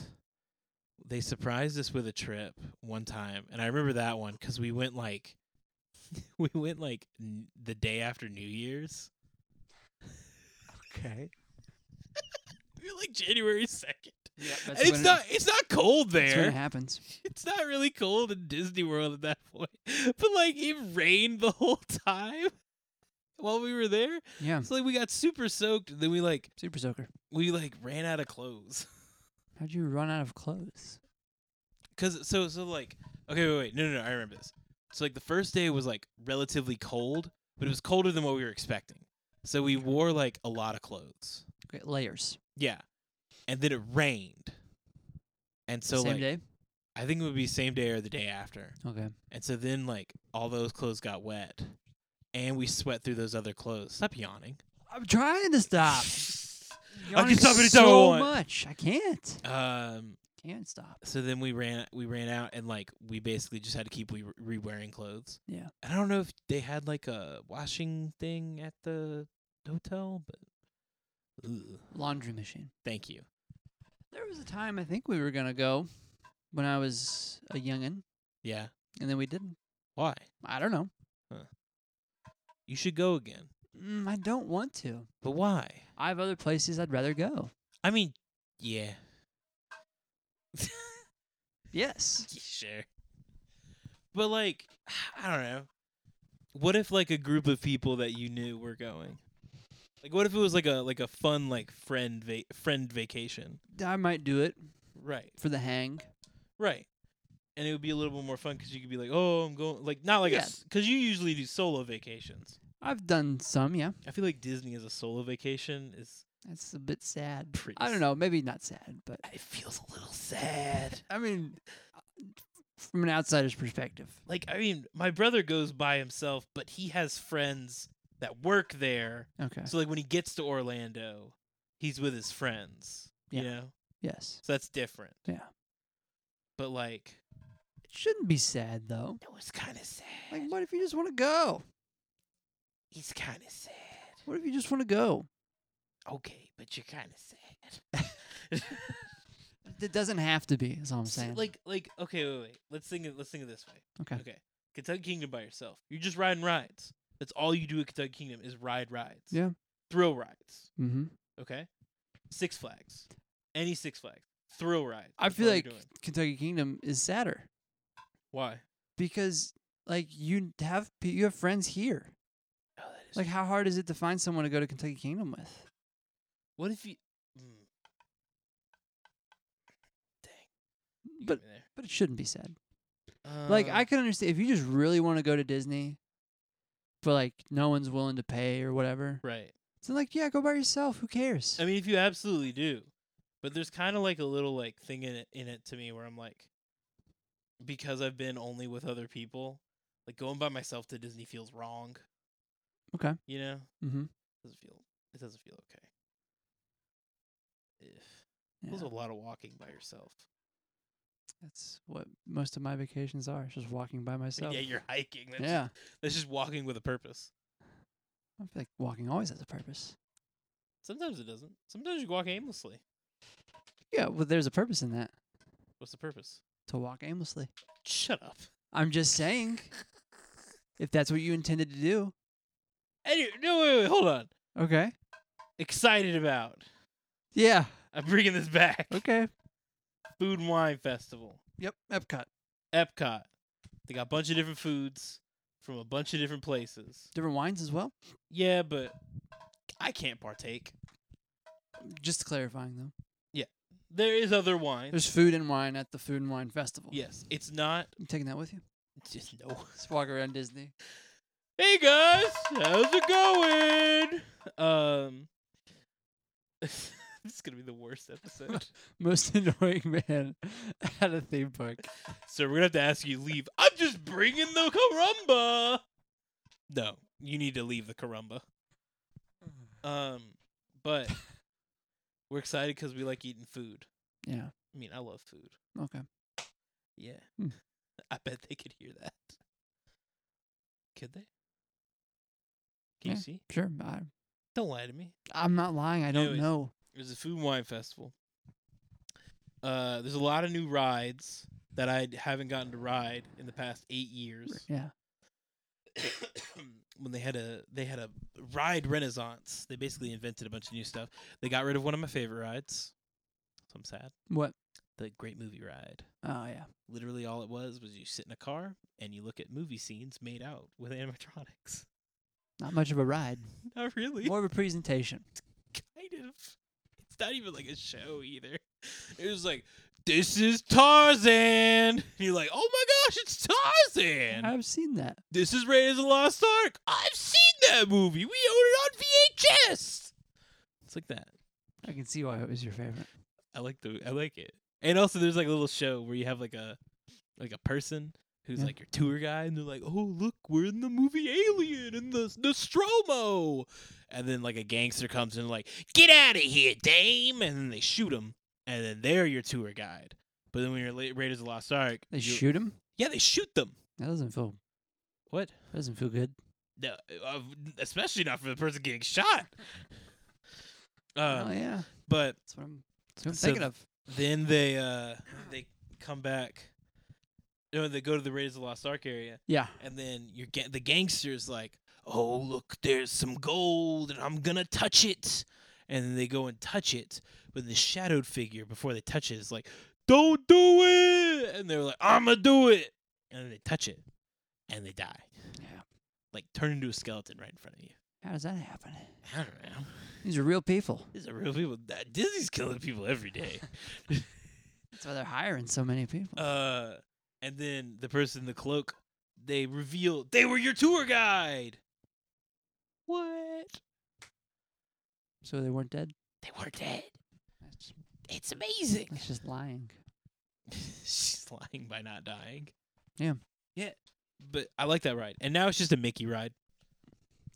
Speaker 2: they surprised us with a trip one time and I remember that one cuz we went like we went like n- the day after New Year's.
Speaker 1: Okay.
Speaker 2: We were like January 2nd.
Speaker 1: Yeah,
Speaker 2: And
Speaker 1: that's
Speaker 2: it's
Speaker 1: when it-
Speaker 2: not it's not cold
Speaker 1: That's when
Speaker 2: there.
Speaker 1: it happens.
Speaker 2: it's not really cold in Disney World at that point. But like it rained the whole time while we were there.
Speaker 1: Yeah.
Speaker 2: So like we got super soaked. Then we like
Speaker 1: Super soaker.
Speaker 2: we like ran out of clothes.
Speaker 1: How'd you run out of clothes?
Speaker 2: Cause so so like okay wait wait no no no I remember this. So like the first day was like relatively cold, but it was colder than what we were expecting. So we wore like a lot of clothes.
Speaker 1: Okay, layers.
Speaker 2: Yeah, and then it rained. And so
Speaker 1: Same
Speaker 2: like
Speaker 1: day.
Speaker 2: I think it would be same day or the day after.
Speaker 1: Okay.
Speaker 2: And so then like all those clothes got wet. And we sweat through those other clothes. Stop yawning.
Speaker 1: I'm trying to stop.
Speaker 2: I
Speaker 1: Yawning
Speaker 2: can stop anytime I
Speaker 1: so
Speaker 2: want.
Speaker 1: much. I can't.
Speaker 2: Um
Speaker 1: Can't stop.
Speaker 2: so then we ran we ran out and like we basically just had to keep re- re-wearing clothes.
Speaker 1: Yeah.
Speaker 2: And I don't know if they had like a washing thing at the hotel, but Ugh.
Speaker 1: Laundry machine.
Speaker 2: thank you.
Speaker 1: There was a time I think we were gonna go when I was a youngin,
Speaker 2: Yeah.
Speaker 1: and then we didn't.
Speaker 2: Why?
Speaker 1: I don't know.
Speaker 2: You should go again.
Speaker 1: Mm, I don't want to.
Speaker 2: But why?
Speaker 1: I have other places I'd rather go.
Speaker 2: I mean, yeah.
Speaker 1: Yes.
Speaker 2: sure. But like, I don't know. What if like a group of people that you knew were going? Like, what if it was like a like a fun like friend va- friend vacation?
Speaker 1: I might do it
Speaker 2: Right,
Speaker 1: for the hang.
Speaker 2: right. And it would be a little bit more fun because you could be like, oh, I'm going like not like
Speaker 1: Yeah.
Speaker 2: a because you usually do solo vacations.
Speaker 1: I've done some, yeah.
Speaker 2: I feel like Disney as a solo vacation is
Speaker 1: That's a bit sad.
Speaker 2: pretty.
Speaker 1: I don't know, maybe not sad, but
Speaker 2: It feels a little sad.
Speaker 1: I mean, from an outsider's perspective,
Speaker 2: like I mean, my brother goes by himself, but he has friends that work there.
Speaker 1: okay,
Speaker 2: So like when he gets to Orlando, he's with his friends.
Speaker 1: Yeah.
Speaker 2: You know?
Speaker 1: yes,
Speaker 2: So that's different.
Speaker 1: Yeah.
Speaker 2: But like
Speaker 1: it shouldn't be sad though.
Speaker 2: it was kinda sad.
Speaker 1: Like, what if you just want to go?
Speaker 2: he's kinda sad.
Speaker 1: What if you just want to go?
Speaker 2: Okay, but you're kinda sad.
Speaker 1: It doesn't have to be. Is all I'm
Speaker 2: So,
Speaker 1: saying.
Speaker 2: Like like okay, wait, wait. Let's think of let's think of this way.
Speaker 1: okay,
Speaker 2: Okay. Kentucky Kingdom by yourself. You're just riding rides. That's all you do at Kentucky Kingdom is ride rides.
Speaker 1: Yeah.
Speaker 2: Thrill rides.
Speaker 1: mm-hmm.
Speaker 2: Okay. Six Flags. Any Six Flags. Thrill ride.
Speaker 1: I
Speaker 2: That's
Speaker 1: feel
Speaker 2: all you're
Speaker 1: like
Speaker 2: doing.
Speaker 1: Kentucky Kingdom is sadder
Speaker 2: why?
Speaker 1: because like you have pe- you have friends here.
Speaker 2: Oh, that is
Speaker 1: Like, how hard is it to find someone to go to Kentucky Kingdom with?
Speaker 2: what if you? Mm. Dang. You
Speaker 1: But
Speaker 2: got me
Speaker 1: but it shouldn't be sad.
Speaker 2: there.
Speaker 1: Like I
Speaker 2: Um,
Speaker 1: can understand if you just really want to go to Disney, but like no one's willing to pay or whatever.
Speaker 2: right.
Speaker 1: So like, yeah, go by yourself. Who cares?
Speaker 2: I mean, if you absolutely do, but there's kind of like a little like thing in it in it to me where I'm like, because I've been only with other people, like going by myself to Disney feels wrong.
Speaker 1: Okay.
Speaker 2: You know,
Speaker 1: mm-hmm.
Speaker 2: doesn't feel it doesn't feel okay. If There's a lot of walking by yourself.
Speaker 1: That's what most of my vacations are. it's Just walking by myself.
Speaker 2: yeah, you're hiking. That's
Speaker 1: Yeah.
Speaker 2: that's just walking with a purpose.
Speaker 1: I feel like walking always has a purpose.
Speaker 2: Sometimes it doesn't. Sometimes you walk aimlessly.
Speaker 1: Yeah, well, there's a purpose in that
Speaker 2: What's the purpose?
Speaker 1: to walk aimlessly.
Speaker 2: Shut up.
Speaker 1: I'm just saying, if that's what you intended to do,
Speaker 2: Anyway, no, wait, wait, hold on.
Speaker 1: okay.
Speaker 2: Excited about.
Speaker 1: Yeah.
Speaker 2: I'm bringing this back.
Speaker 1: Okay.
Speaker 2: Food and Wine Festival,
Speaker 1: Yep. Epcot.
Speaker 2: Epcot. They got a bunch of different foods from a bunch of different places.
Speaker 1: Different wines as well.
Speaker 2: Yeah, but I can't partake.
Speaker 1: Just clarifying though,
Speaker 2: There is other wine.
Speaker 1: there's food and wine at the Food and Wine Festival.
Speaker 2: Yes, it's not.
Speaker 1: You taking that with you?
Speaker 2: Just no.
Speaker 1: Just walk around Disney.
Speaker 2: Hey guys, how's it going? Um, this is gonna be the worst episode.
Speaker 1: Most annoying man at a theme park.
Speaker 2: so we're gonna have to ask you to leave. I'm just bringing the carumba. No, you need to leave the carumba. Um, but we're excited because we like eating food.
Speaker 1: Yeah.
Speaker 2: I mean, I love food.
Speaker 1: Okay.
Speaker 2: Yeah,
Speaker 1: Hmm.
Speaker 2: I bet they could hear that. Could they? Can
Speaker 1: Yeah.
Speaker 2: you see?
Speaker 1: Sure. I,
Speaker 2: Don't lie to me.
Speaker 1: I'm not lying. I don't
Speaker 2: Anyways.
Speaker 1: know.
Speaker 2: There's a food and wine festival. Uh, there's a lot of new rides that I haven't gotten to ride in the past eight years.
Speaker 1: Yeah.
Speaker 2: when they had a they had a ride renaissance, they basically invented a bunch of new stuff. They got rid of one of my favorite rides, so I'm sad.
Speaker 1: What?
Speaker 2: The Great Movie Ride.
Speaker 1: Oh yeah.
Speaker 2: Literally, all it was was you sit in a car and you look at movie scenes made out with animatronics.
Speaker 1: Not much of a ride.
Speaker 2: Not really.
Speaker 1: More of a presentation.
Speaker 2: kind of. It's not even like a show either. It was like, this is Tarzan. And you're like, oh my gosh, it's Tarzan.
Speaker 1: I've seen that.
Speaker 2: this is Raiders of the Lost Ark. I've seen that movie. We own it on VHS. It's like that.
Speaker 1: I can see why it was your favorite.
Speaker 2: I like the. I like it. And also, there's like a little show where you have like a like a person who's
Speaker 1: Yeah.
Speaker 2: like your tour guy, and they're like, "Oh, look, we're in the movie Alien in the Nostromo," and then like a gangster comes in, like, "Get out of here, dame!" And then they shoot him, and then they're your tour guide. But then when you're La- Raiders of the Lost Ark,
Speaker 1: They
Speaker 2: you-
Speaker 1: shoot him.
Speaker 2: Yeah, they shoot them.
Speaker 1: That doesn't feel.
Speaker 2: What?
Speaker 1: That doesn't feel good.
Speaker 2: No, uh, especially not for the person getting shot. Uh,
Speaker 1: oh yeah,
Speaker 2: But
Speaker 1: that's what I'm. That's what I'm
Speaker 2: so
Speaker 1: thinking
Speaker 2: th-
Speaker 1: of.
Speaker 2: then they uh they come back. No, they go to the Raiders of the Lost Ark area,
Speaker 1: Yeah.
Speaker 2: and then your ga- the gangster's like, "Oh, look, there's some gold, and I'm gonna touch it." And then they go and touch it, but the shadowed figure before they touch it is like, "Don't do it!" And they're like, "I'ma do it," and then they touch it, and they die.
Speaker 1: Yeah.
Speaker 2: Like turn into a skeleton right in front of you.
Speaker 1: How does that happen?
Speaker 2: I don't know.
Speaker 1: These are real people.
Speaker 2: These are real people. That- Disney's killing people every day.
Speaker 1: That's why they're hiring so many people.
Speaker 2: Uh, and then the person in the cloak, they reveal they were your tour guide. What?
Speaker 1: so they weren't dead.
Speaker 2: They were dead.
Speaker 1: That's,
Speaker 2: It's amazing.
Speaker 1: that's just lying.
Speaker 2: She's lying by not dying.
Speaker 1: Yeah.
Speaker 2: Yeah. But I like that ride. And now it's just a Mickey ride.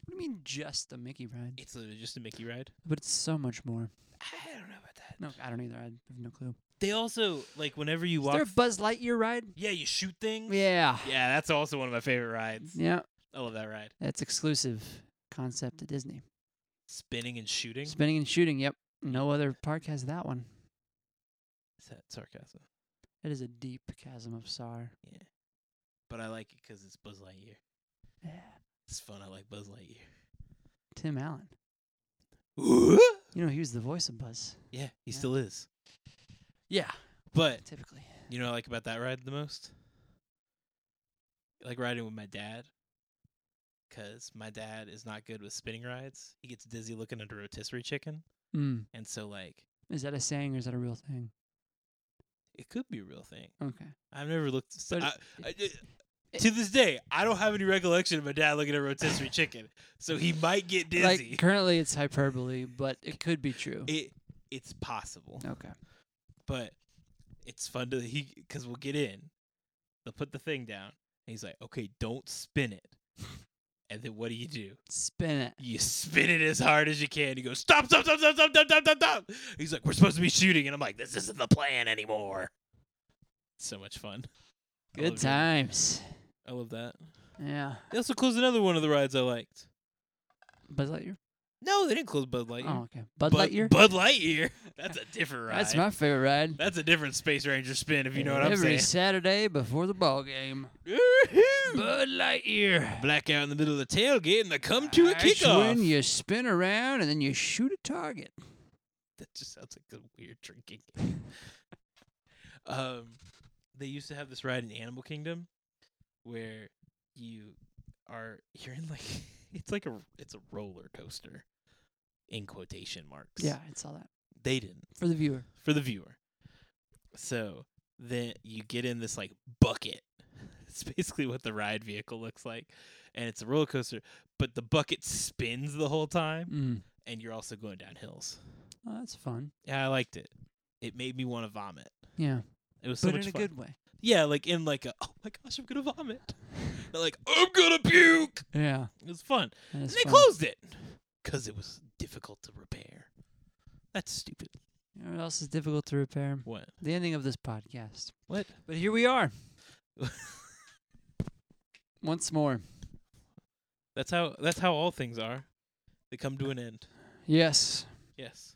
Speaker 1: What do you mean just the Mickey ride?
Speaker 2: It's literally just a Mickey ride.
Speaker 1: But it's so much more.
Speaker 2: I don't know about that.
Speaker 1: No, I don't either. I have no clue.
Speaker 2: They also like whenever you
Speaker 1: Is there
Speaker 2: walk.
Speaker 1: a Buzz Lightyear ride?
Speaker 2: yeah, you shoot things.
Speaker 1: Yeah.
Speaker 2: Yeah, that's also one of my favorite rides.
Speaker 1: Yeah.
Speaker 2: I love that ride.
Speaker 1: That's exclusive concept to Disney.
Speaker 2: Spinning and shooting.
Speaker 1: Spinning and shooting. Yep. No other park has that one.
Speaker 2: Is that sarcasm?
Speaker 1: It is a deep chasm of sorrow.
Speaker 2: But I like it because it's Buzz Lightyear.
Speaker 1: Yeah.
Speaker 2: It's fun. I like Buzz Lightyear.
Speaker 1: Tim Allen. You know, he was the voice of Buzz.
Speaker 2: Yeah, he
Speaker 1: Yeah.
Speaker 2: still is.
Speaker 1: Yeah.
Speaker 2: But
Speaker 1: Typically.
Speaker 2: you know what I like about that ride the most? I like riding with my dad. Because my dad is not good with spinning rides. He gets dizzy looking at a rotisserie chicken.
Speaker 1: Mm.
Speaker 2: And so, like,
Speaker 1: Is that a saying or is that a real thing?
Speaker 2: it could be a real thing.
Speaker 1: Okay.
Speaker 2: I've never looked. s-
Speaker 1: But
Speaker 2: I- I-
Speaker 1: it-
Speaker 2: to this day, I don't have any recollection of my dad looking at a rotisserie chicken. So he might get dizzy.
Speaker 1: Like currently it's hyperbole, but it could be true.
Speaker 2: it, it's possible.
Speaker 1: okay.
Speaker 2: but it's fun to he because we'll get in. They'll put the thing down, and he's like, "Okay, don't spin it." and then what do you do?
Speaker 1: Spin it.
Speaker 2: You spin it as hard as you can. He goes, "Stop! Stop! Stop! Stop! Stop! Stop! Stop! Stop!" stop. He's like, "We're supposed to be shooting," and I'm like, "This isn't the plan anymore." So much fun. I
Speaker 1: Good
Speaker 2: love that.
Speaker 1: times.
Speaker 2: I love that.
Speaker 1: Yeah.
Speaker 2: They also closed another one of the rides I liked.
Speaker 1: Buzz Lightyear?
Speaker 2: No, they didn't close Bud Lightyear.
Speaker 1: Oh, okay. Bud
Speaker 2: Bud
Speaker 1: Lightyear?
Speaker 2: Bud Lightyear. That's a different ride.
Speaker 1: That's my favorite ride.
Speaker 2: That's a different Space Ranger spin, if you know what I'm
Speaker 1: Every
Speaker 2: saying.
Speaker 1: Saturday before the ball game.
Speaker 2: Woohoo!
Speaker 1: Bud Lightyear.
Speaker 2: blackout in the middle of the tailgate and the come to a
Speaker 1: That's
Speaker 2: kickoff.
Speaker 1: when you spin around and then you shoot a target.
Speaker 2: that just sounds like a weird drinking game. um, they used to have this ride in Animal Kingdom where you are you're in like it's like a it's a roller coaster in quotation marks.
Speaker 1: Yeah, I saw that.
Speaker 2: they didn't
Speaker 1: For the viewer.
Speaker 2: for the viewer. So then you get in this like bucket. It's basically what the ride vehicle looks like, and it's a roller coaster, but the bucket spins the whole time.
Speaker 1: Mm.
Speaker 2: and you're also going down hills.
Speaker 1: Oh, that's fun.
Speaker 2: Yeah, I liked it. It made me want to vomit.
Speaker 1: Yeah.
Speaker 2: It was so
Speaker 1: but
Speaker 2: much
Speaker 1: in a
Speaker 2: fun.
Speaker 1: good way.
Speaker 2: yeah, like in like a oh my gosh, I'm gonna vomit. Not like I'm gonna puke.
Speaker 1: Yeah.
Speaker 2: It was fun.
Speaker 1: that
Speaker 2: And
Speaker 1: is
Speaker 2: they
Speaker 1: fun.
Speaker 2: closed it because it was difficult to repair. That's stupid.
Speaker 1: You know what else is difficult to repair?
Speaker 2: What?
Speaker 1: The ending of this podcast.
Speaker 2: What?
Speaker 1: But here we are. Once more.
Speaker 2: That's how. That's how all things are. They come to an end.
Speaker 1: Yes.
Speaker 2: Yes.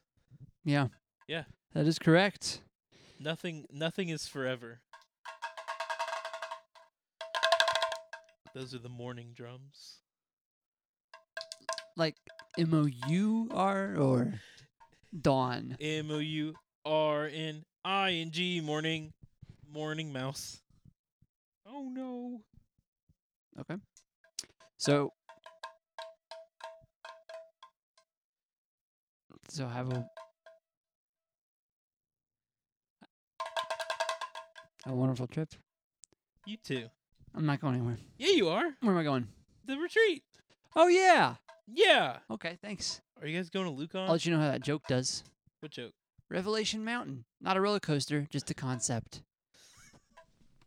Speaker 1: Yeah.
Speaker 2: Yeah.
Speaker 1: That is correct.
Speaker 2: Nothing. Nothing is forever. Those are the morning drums.
Speaker 1: Like M O U R or Dawn.
Speaker 2: M O U R N I N G morning morning mouse. Oh no.
Speaker 1: So So have a a wonderful trip.
Speaker 2: You too.
Speaker 1: I'm not going anywhere.
Speaker 2: Yeah, you are.
Speaker 1: Where am I going?
Speaker 2: The retreat.
Speaker 1: Oh yeah.
Speaker 2: Yeah.
Speaker 1: Okay, thanks.
Speaker 2: Are you guys going to Lucon?
Speaker 1: I'll let you know how that joke does.
Speaker 2: what joke?
Speaker 1: Revelation Mountain. Not a roller coaster, just a concept.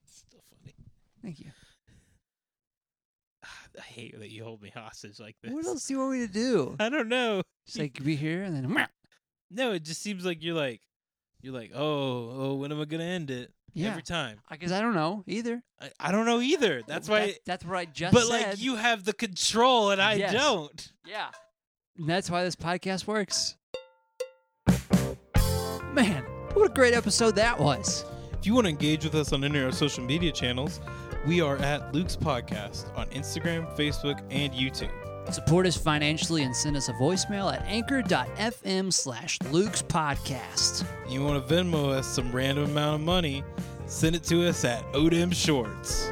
Speaker 2: Still funny.
Speaker 1: Thank you.
Speaker 2: I hate that you hold me hostage like this.
Speaker 1: What else do you want me to do?
Speaker 2: I don't know.
Speaker 1: Just like be here and then
Speaker 2: No, it just seems like you're like, you're like, oh, oh, when am I gonna end it?
Speaker 1: yeah.
Speaker 2: Every time.
Speaker 1: I guess I don't know either.
Speaker 2: I, I don't know either. That's why.
Speaker 1: That's, that's what I just
Speaker 2: but
Speaker 1: said.
Speaker 2: like, you have the control, and I
Speaker 1: Yes.
Speaker 2: don't.
Speaker 1: Yeah. And that's why this podcast works. Man, what a great episode that was.
Speaker 2: If you want to engage with us on any of our social media channels, we are at Luke's Podcast on Instagram, Facebook, and YouTube.
Speaker 1: Support us financially and send us a voicemail at anchor.fm slash Luke's podcast.
Speaker 2: You want to Venmo us some random amount of money? Send it to us at Odem Shorts.